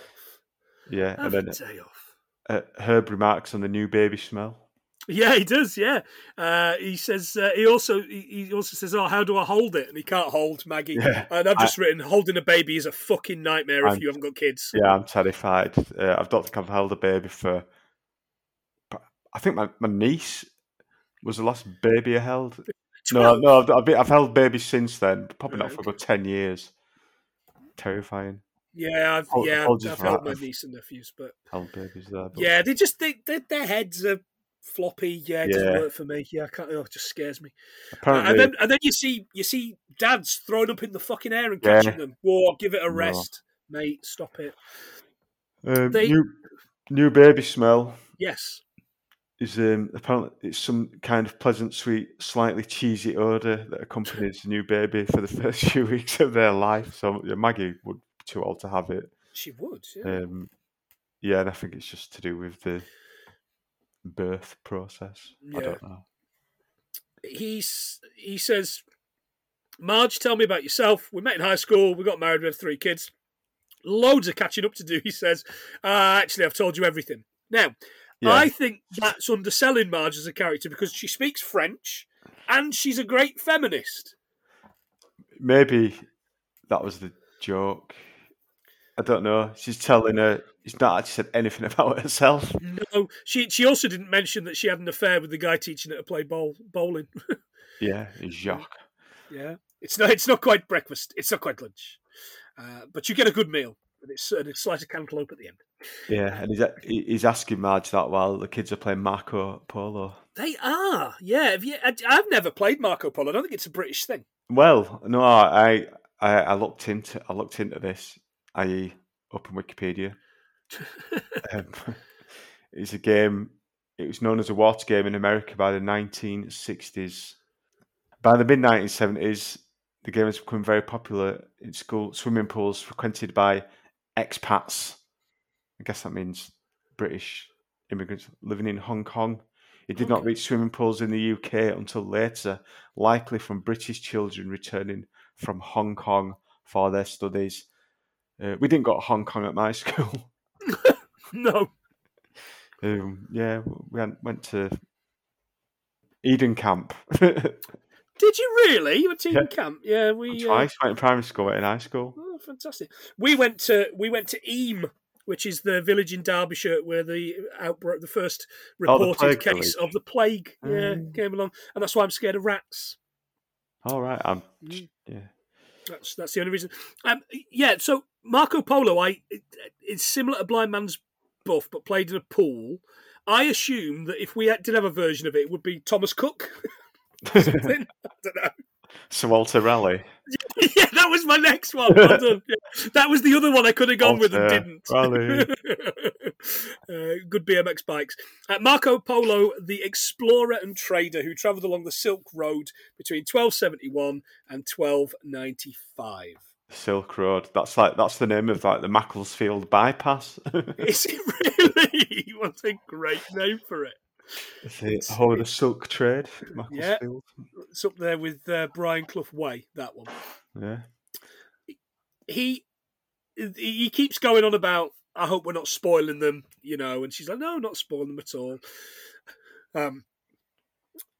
Yeah, Have and then a day off. uh, Herb remarks on the new baby smell. Yeah, he does. Yeah, uh, he says. Uh, he also he, he also says, "Oh, how do I hold it?" And he can't hold Maggie. Yeah. And I've I- just written, "Holding a baby is a fucking nightmare if And- you haven't got kids." Yeah, I'm terrified. Uh, I've not think I've held a baby for. but I think my, my niece was the last baby I held. No, Twelve. no, I've, I've, been- I've held babies since then. but Probably not Right, for about ten years. Terrifying. yeah, I've, Apol- yeah, I've, apologies I've for helped that. my niece and nephews, but Held babies there. But yeah, they just they, they their heads are floppy. Yeah, it doesn't Yeah. work for me. Yeah, I can't. Oh, it just scares me. Apparently, And then and then you see you see dads throwing up in the fucking air and Yeah. catching them. Whoa, give it a No. rest, mate. Stop it. um, they- new new baby smell Yes. is um, apparently it's some kind of pleasant, sweet, slightly cheesy odor that accompanies the new baby for the first few weeks of their life. So yeah, Maggie would be too old to have it. She would. Yeah. Um, yeah, and I think it's just to do with the birth process. I Yeah. don't know. he's he says, Marge, tell me about yourself. We met in high school. We got married. We have three kids. Loads of catching up to do. He says, uh, actually, I've told you everything. Now, Yeah, I think that's underselling Marge as a character because she speaks French and she's a great feminist. maybe that was the joke. I don't know. She's telling her she's not actually said anything about herself. No, she she also didn't mention that she had an affair with the guy teaching her to play bowl, bowling. Yeah, Jacques. yeah, it's not it's not quite breakfast. It's not quite lunch, uh, but you get a good meal and it's and a slice of cantaloupe at the end. Yeah, and he's a- he- he's asking Marge that while the kids are playing Marco Polo. They are, yeah. Have you, I, I've never played Marco Polo. I don't think it's a British thing. Well, no, I I, I looked into I looked into this, i.e., open Wikipedia. um, it's a game. It was known as a water game in America by the 1960s. By the mid 1970s, the game has become very popular in school swimming pools frequented by expats. I guess that means British immigrants living in Hong Kong. It did not Okay. reach swimming pools in the UK until later, likely from British children returning from Hong Kong for their studies. Uh, we didn't go to Hong Kong at my school. No. Um, yeah, we had- went to Eden Camp Did you really? You were team Yeah. camp? Yeah, we. uh, twice. Went in primary school, went in high school. Oh, fantastic. We went to we went to Eam, which is the village in Derbyshire where the outbreak, the first Oh, the reported plague case village. of the plague, yeah, Mm. came along, and that's why I'm scared of rats. All right, I'm Mm. yeah. That's that's the only reason. Um, yeah. So Marco Polo, I is similar to Blind Man's Buff, but played in a pool. I assume that if we had, did have a version of it, it would be Thomas Cook. something. I don't know. Sir Walter Raleigh. yeah, that was my next one. Well done. Yeah. That was the other one I could have gone with and Walter didn't. Raleigh. uh, good BMX bikes. Uh, Marco Polo, the explorer and trader who travelled along the Silk Road between 1271 and 1295. Silk Road. That's like that's the name of like the Macclesfield bypass. Is it really? What a great name for it. the whole of the silk trade. Macclesfield. It's up there with uh, Brian Clough Way, that one. Yeah. he he keeps going on about I hope we're not spoiling them, you know, and she's like, No, not spoiling them at all. Um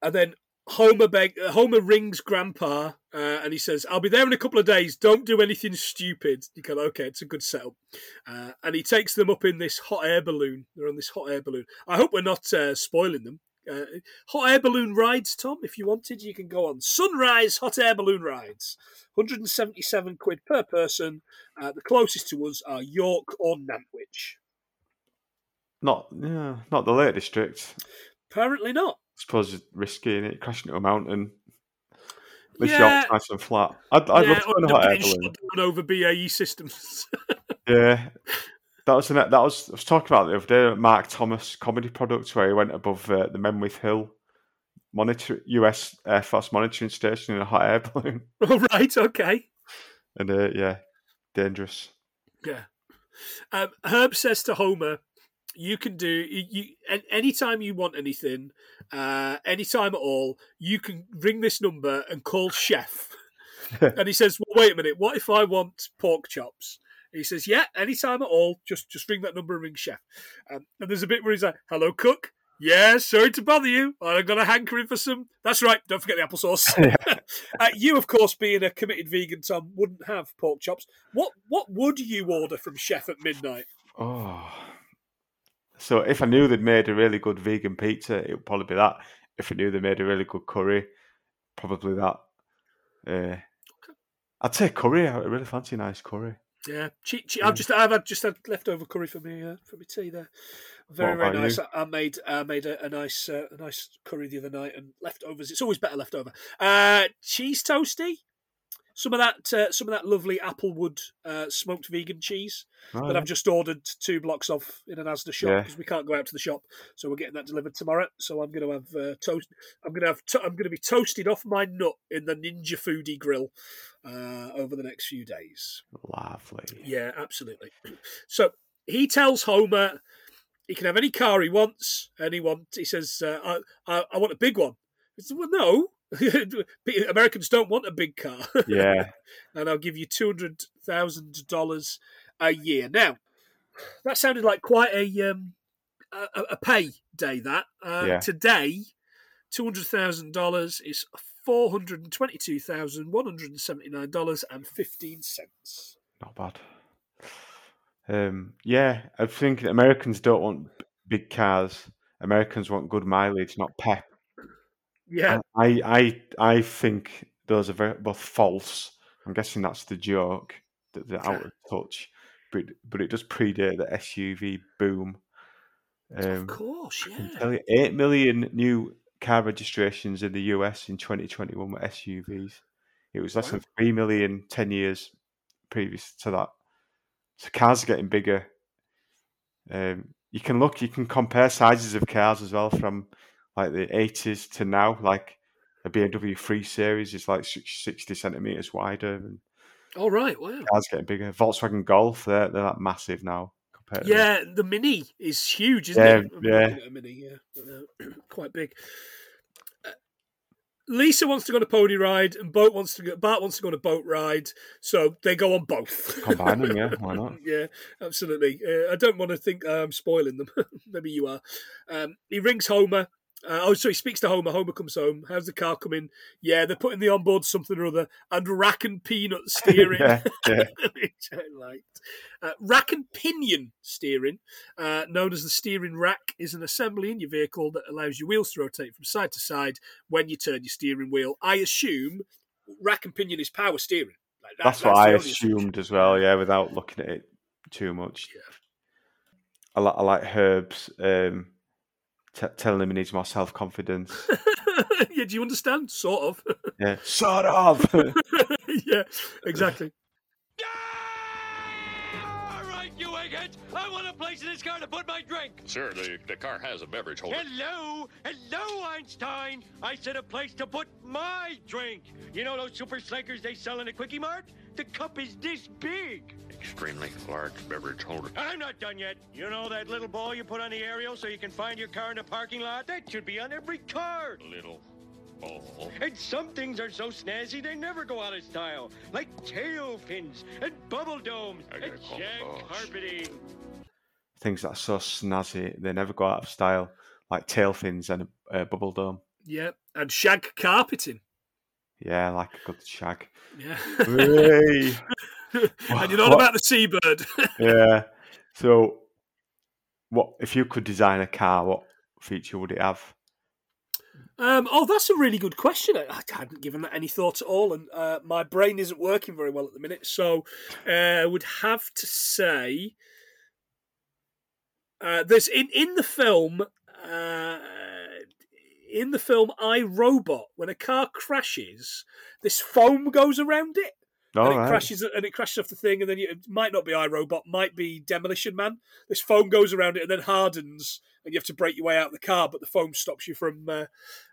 and then Homer beg Homer rings grandpa uh, and he says, I'll be there in a couple of days. Don't do anything stupid. You go, okay, it's a good setup. Uh, and he takes them up in this hot air balloon. They're on this hot air balloon. I hope we're not uh, spoiling them. Uh, hot air balloon rides, Tom. If you wanted, you can go on Sunrise Hot Air Balloon Rides. 177 quid per person. Uh, the closest to us are York or Nantwich. Not yeah, not the Lake District. I Apparently not. suppose it's risky in it, crashing into a mountain. This Yeah. York's nice and flat. I'd, I'd love to go on a hot air balloon. down over BAE systems. Yeah. That was an, that was I was talking about the other day. Mark Thomas comedy product where he went above uh, the Menwith Hill monitor U.S. Air Force monitoring station in a hot air balloon, All right, okay. and uh, yeah, dangerous. Yeah. Um, Herb says to Homer, "You can do you, you an- anytime you want anything, uh, anytime at all. You can ring this number and call chef." and he says, "Well, wait a minute. What if I want pork chops?" He says, "Yeah, anytime at all. Just just ring that number and ring chef." Um, and there's a bit where he's like, "Hello, cook." Yeah, sorry to bother you. I've got a hankering for some. That's right. Don't forget the applesauce. uh, you, of course, being a committed vegan, Tom, wouldn't have pork chops. What what would you order from chef at midnight? Oh, so if I knew they'd made a really good vegan pizza, it would probably be that. If I knew they made a really good curry, probably that. Uh, I'd say curry. I really fancy a nice curry. Yeah, cheap, cheap. I've just I've had just had leftover curry for me uh, for my tea there. Very What very about nice. you? I, I made I made a, a nice uh, a nice curry the other night and leftovers. It's always better leftover. Uh, cheese toasty. Some of that uh, some of that lovely applewood uh, smoked vegan cheese that Right. I've just ordered two blocks of in an ASDA shop Yeah. because we can't go out to the shop, so we're getting that delivered tomorrow. So I'm going to have uh, toast. I'm going to have. To- I'm going to be toasted off my nut in the Ninja Foodie Grill uh, over the next few days. Lovely. Yeah, absolutely. So he tells Homer he can have any car he wants, and he wants. He says, uh, I, "I I want a big one." He says, "Well, no." Americans don't want a big car, Yeah. and I'll give you two hundred thousand dollars a year. Now, that sounded like quite a um, a, a pay day. That uh, Yeah. today, two hundred thousand dollars is four hundred and twenty-two thousand one hundred and seventy-nine dollars and fifteen cents. Not bad. Um, yeah, I think Americans don't want b- big cars. Americans want good mileage, not pep. Yeah, I, I, I think those are very, both false. I'm guessing that's the joke that they're out of touch, but but it does predate the SUV boom. of Um, course. I can Yeah, tell you, eight million new car registrations in the US in 2021 were SUVs. It was less Wow. than three million 10 years previous to that. So cars are getting bigger. Um, you can look, you can compare sizes of cars as well from like the 80s to now. Like The BMW 3 Series is like six- 60 centimeters wider. And All right. Wow. cars getting bigger. Volkswagen Golf, they're, they're that massive now. Compared to- Yeah, the mini is huge, isn't Yeah, it? I'm yeah. looking at A mini, yeah, Uh, quite big. Uh, Lisa wants to go on a pony ride, and Boat wants to go. Bart wants to go on a boat ride, so they go on both. Combine them, yeah. Why not? yeah, absolutely. Uh, I don't want to think I'm spoiling them. Maybe you are. Um, he rings Homer. Uh, oh, so he speaks to Homer. Homer comes home. How's the car coming? Yeah, they're putting the onboard something or other, and Rack and Peanut steering. yeah, yeah. which I liked. Uh, rack and pinion steering, uh, known as the steering rack, is an assembly in your vehicle that allows your wheels to rotate from side to side when you turn your steering wheel. I assume rack and pinion is power steering. Like that- That's, what the I only assumption. assumed as well, yeah, without looking at it too much. I, li- I like Herb's um, t- telling him he needs more self confidence. yeah, do you understand? Sort of. yeah, sort of. yeah, exactly. All right, you eggheads! I want a place in this car to put my drink! Sir, the, the car has a beverage holder. Hello! Hello, Einstein! I said a place to put my drink! You know those super slankers they sell in a Quickie Mart? The cup is this big! Extremely large beverage holder. I'm not done yet. You know that little ball you put on the aerial so you can find your car in the parking lot? That should be on every car! Little ball. And some things are so snazzy they never go out of style, like tail fins and bubble domes I gotta and call the shag boss. carpeting. Things that are so snazzy, they never go out of style, like tail fins and a, a bubble dome. Yeah, and shag carpeting. Yeah, I like a good shag. Yeah. Hey! and you're not What- about the seabird. yeah. So, what if you could design a car? What feature would it have? Um, oh, that's a really good question. I, I hadn't given that any thought at all, and uh, my brain isn't working very well at the minute. So uh, I would have to say uh, there's in in the film. Uh, in the film I Robot, when a car crashes, this foam goes around it All and it right. crashes and it crashes off the thing, and then you, it might not be iRobot, might be Demolition Man. This foam goes around it and then hardens, and you have to break your way out of the car, but the foam stops you from uh,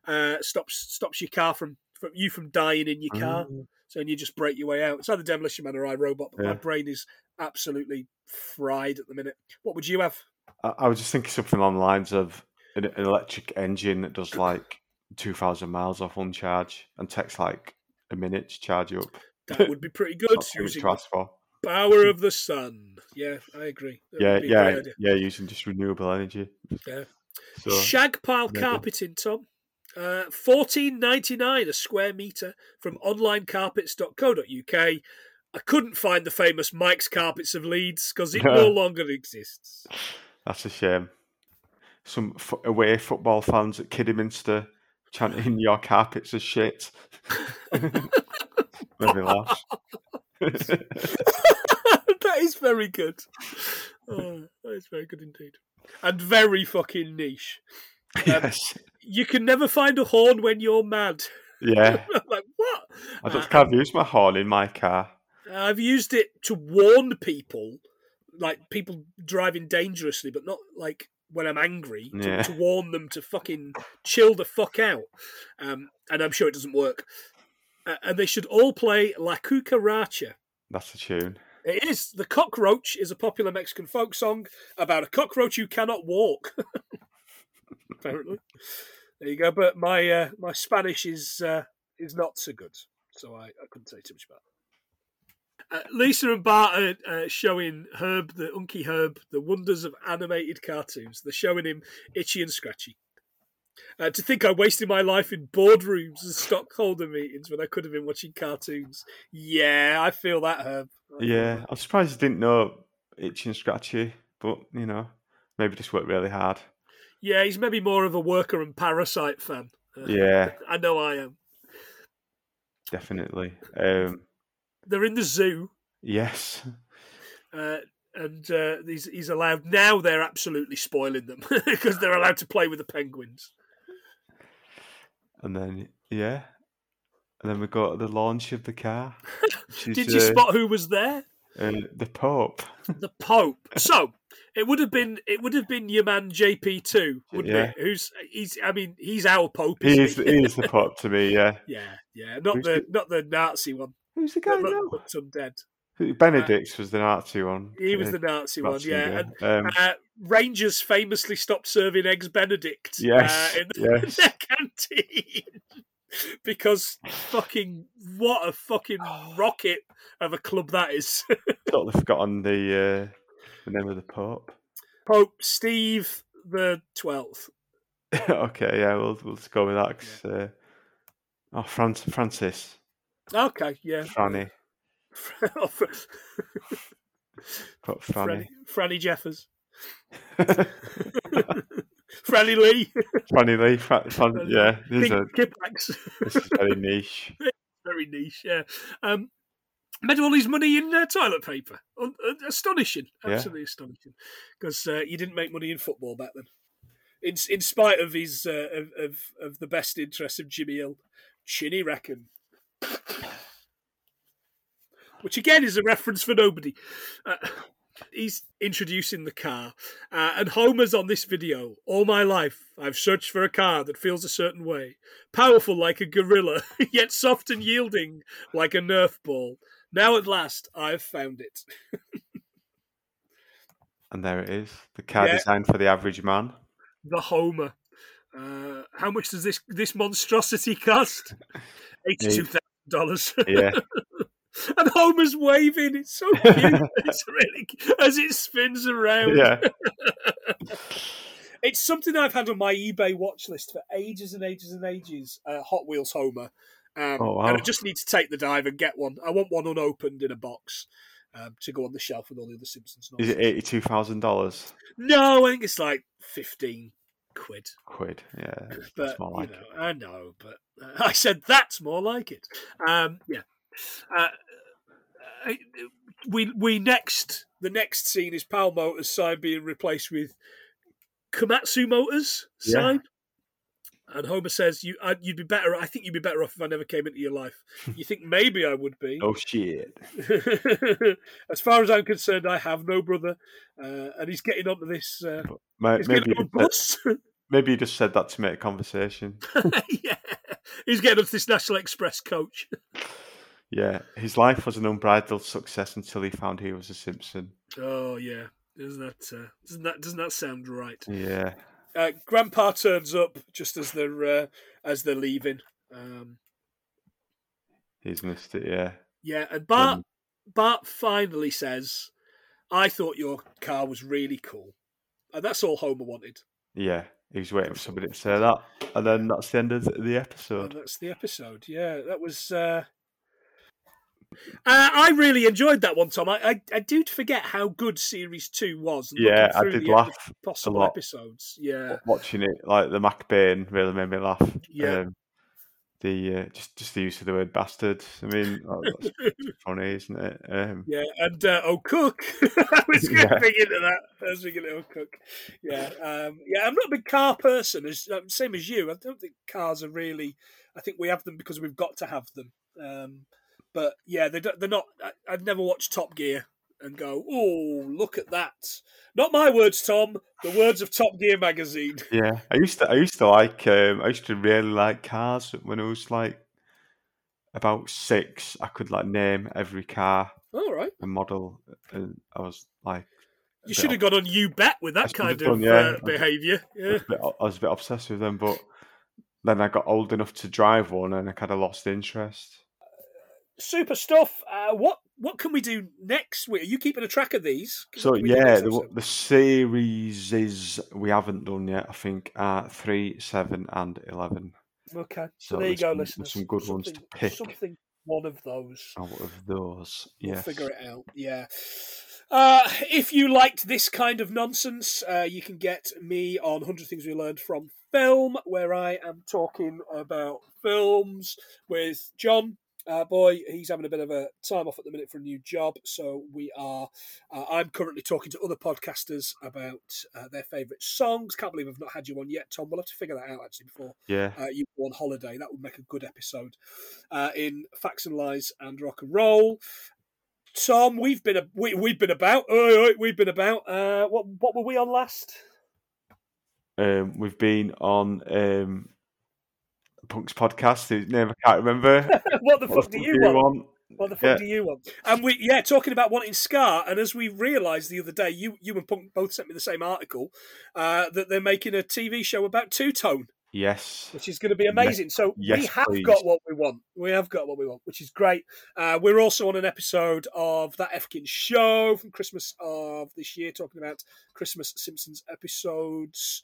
uh, stops stops your car from, from you from dying in Oh. your car. So and you just break your way out. It's either Demolition Man or iRobot, but my Yeah. brain is absolutely fried at the minute. What would you have? I, I was just thinking something along the lines of an, an electric engine that does like two thousand miles off one charge and takes like a minute to charge you up. That would be pretty good Not too much using to the ask for. power of the sun. Yeah, I agree. That Yeah, would be a yeah, great idea. yeah. Using just renewable energy. Yeah. So Shag pile Maybe. carpeting, Tom. Uh, Fourteen ninety nine a square meter from onlinecarpets.co.uk. I couldn't find the famous Mike's Carpets of Leeds because it no longer exists. that's a shame. Some f- away football fans at Kidderminster chanting "Your carpets are shit." Maybe laugh. Um, that is very good. Oh, that is very good indeed, and very fucking niche. yes. You can never find a horn when you're mad. Yeah. I'm like what? I Uh, just can't use my horn in my car. I've used it to warn people, like people driving dangerously, but not like when I'm angry, to, Yeah. to warn them to fucking chill the fuck out. Um, and I'm sure it doesn't work. Uh, and they should all play La Cucaracha. That's a tune. It is. The Cockroach is a popular Mexican folk song about a cockroach who cannot walk. Apparently. There you go. But my uh, my Spanish is uh, is not so good. So I, I couldn't say too much about it. Uh, Lisa and Bart are uh, showing Herb, the Unky Herb, the wonders of animated cartoons. They're showing him Itchy and Scratchy. Uh, to think I wasted my life in boardrooms and stockholder meetings when I could have been watching cartoons. Yeah, I feel that, Herb. I feel that. Yeah, I'm surprised you didn't know itchy and scratchy, but you know, maybe just worked really hard. Yeah, he's maybe more of a worker and parasite fan. Uh, Yeah, I know I am. definitely. Um, They're in the zoo, yes, uh, and uh, he's, he's allowed. Now they're absolutely spoiling them because they're allowed to play with the penguins. and then yeah, and then we got the launch of the car. which Did is, you uh, spot who was there? uh, the Pope? The Pope. So It would have been it would have been your man JP two, wouldn't Yeah. it? Who's he's I mean he's our pope. He isn't is, the- he is the pop to me, yeah. Yeah, yeah, not Who's the not the Nazi one. Who's the guy that looked- now? looked undead. Benedict's was the Nazi one. uh, He was the Nazi one. Yeah, and Um, uh, Rangers famously stopped serving eggs Benedict Yes, uh, in the- yes. their canteen because fucking what a fucking rocket of a club that is. totally forgotten the uh, the name of the Pope. Pope Steve the Twelfth. okay, yeah, we'll we'll just go with that. 'cause, uh, oh, Fran- Francis, Okay, yeah. Franny, Pope Franny, Franny, Franny Jeffers, Franny Franny Lee, Lee, Fra- Fran- Franny. yeah. This is, Pink a, Kipax. this is very niche. very niche. Yeah, um, made all his money in uh, toilet paper. Un- uh, astonishing, Yeah. absolutely astonishing. Because uh, you didn't make money in football back then, in in spite of his uh, of, of of the best interests of Jimmy Hill, Chinny reckon. Which again is a reference for nobody. Uh, he's introducing the car, uh, and Homer's on this video. All my life, I've searched for a car that feels a certain way powerful like a gorilla, yet soft and yielding like a Nerf ball. Now at last, I've found it. And there it is, the car Yeah. designed for the average man. The Homer. Uh, how much does this this monstrosity cost? Eighty-two thousand dollars. Yeah, and Homer's waving. It's so cute. it's really cu- as it spins around. yeah. It's something I've had on my eBay watch list for ages and ages and ages. Uh, Hot Wheels Homer. Um, Oh, wow. And I just need to take the dive and get one. I want one unopened in a box um, to go on the shelf with all the other Simpsons. Is it nonsense. eighty-two thousand dollars? No, I think it's like fifteen quid. Quid. Yeah, But that's more like you know, it. I know, but uh, I said that's more like it. Um, yeah. Uh, I, we we next the next scene is Powell Motors sign being replaced with Komatsu Motors Yeah. sign. And Homer says, "You, I, you'd be better. I think you'd be better off if I never came into your life. You think maybe I would be? Oh shit! as far as I'm concerned, I have no brother." Uh, and he's getting onto this. Uh, Ma- he's Maybe getting on you said- bus. maybe you just said that to make a conversation. yeah. He's getting up to this National Express coach. Yeah, his life was an unbridled success until he found he was a Simpson. Oh yeah. Isn't that uh, doesn't that doesn't that sound right? Yeah, Uh, Grandpa turns up just as they're uh, as they're leaving. Um, he's missed it. Yeah, yeah, and Bart Um, Bart finally says, "I thought your car was really cool," and that's all Homer wanted. yeah. He was waiting for somebody to say that, and then that's the end of th- the And episode. that's the episode. Yeah, that was. Uh... Uh, I really enjoyed that one, Tom. I, I I did forget how good series two was. and Yeah, looking I through did the laugh possible lot. episodes. Yeah, wa- watching it. Like the Mac Bain really made me laugh. Yeah. Um, the uh, just just the use of the word bastard. I mean, that- that's funny, isn't it? Um, yeah, and uh, O'Cook. I was going to Yeah. big into that. I was thinking of O'Cook. Yeah, um, yeah. I'm not a big car person. As um, same as you, I don't think cars are really. I think we have them because we've got to have them. Um, but yeah, they don't, they're not. I, I've never watched Top Gear and go, oh, look at that. Not my words, Tom. The words of Top Gear magazine. Yeah, I used to. I used to like. Um, I used to really like cars when I was like about six. I could like name every car All right, and model, and I was like, you a bit should have gone on you bet with that I should have kind of done, yeah. uh, behaviour. I Yeah. was, a bit, I was a bit obsessed with them. But then I got old enough to drive one, and I kind of lost interest. super stuff. Uh, what what can we do next? week? Are you keeping a track of these? Can- So can we do yeah, next the, w- episode? the series is we haven't done yet. I think are three, seven, and eleven okay. So so there you there's go, some- there's listeners. some good ones to Something- pick. Something one of those. out of those. We'll Yes. figure it out. Yeah. Uh, if you liked this kind of nonsense, uh, you can get me on 100 Things We Learned from Film, where I am talking about films with John. Uh, boy, he's having a bit of a time off at the minute for a new job, so we are. Uh, I'm currently talking to other podcasters about uh, their favourite songs. Can't believe I've not had you on yet, Tom. We'll have to figure that out actually before Yeah. uh, you go on holiday. That would make a good episode uh, in Facts and Lies and Rock and Roll. Tom, we've been a, we, we've been about. Oi, oi, we've been about. Uh, what what were we on last? Um, we've been on um, Punk's podcast, whose name I can't remember. what the What fuck do fuck you do want? want? What the fuck do Yeah. you want? And we, yeah, talking about wanting Scar, and as we realised the other day, you, you and Punk both sent me the same article uh, that they're making a TV show about Two Tone, Yes. which is going to be amazing. So we Yes, have please. got what we want. We have got what we want, which is great. Uh, we're also on an episode of that Efkin show from Christmas of this year, talking about Christmas Simpsons episodes.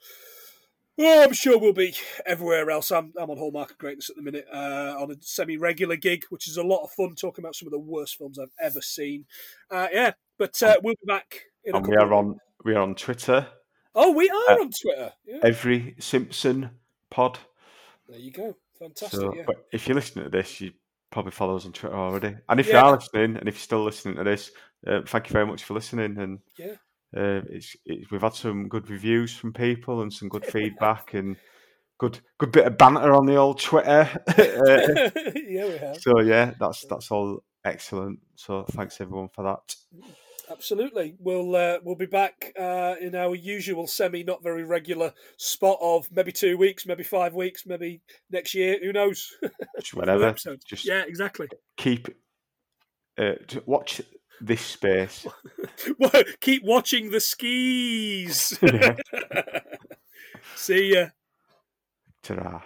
Oh, I'm sure we'll be everywhere else. I'm, I'm on Hallmark of Greatness at the minute uh, on a semi regular gig, which is a lot of fun talking about some of the worst films I've ever seen. Uh, yeah, but uh, we'll be back. In a And couple we of- are on we are on Twitter. Oh, we are uh, on Twitter. Yeah, Every Simpson pod. there you go. Fantastic. So, yeah. but if you're listening to this, you probably follow us on Twitter already. And if Yeah. you are listening, and if you're still listening to this, uh, thank you very much for listening. And Yeah. uh, it's, it's we've had some good reviews from people and some good feedback and good good bit of banter on the old Twitter. Uh, yeah, we have. so yeah, that's that's all excellent. So thanks everyone for that. Absolutely. We'll uh, we'll be back uh, in our usual semi not very regular spot of maybe two weeks, maybe five weeks, maybe next year. Who knows? Just whenever, Episodes. just Yeah, exactly. keep uh, j- watch this space. Well, Keep watching the skis. Yeah. See ya. Ta-ra.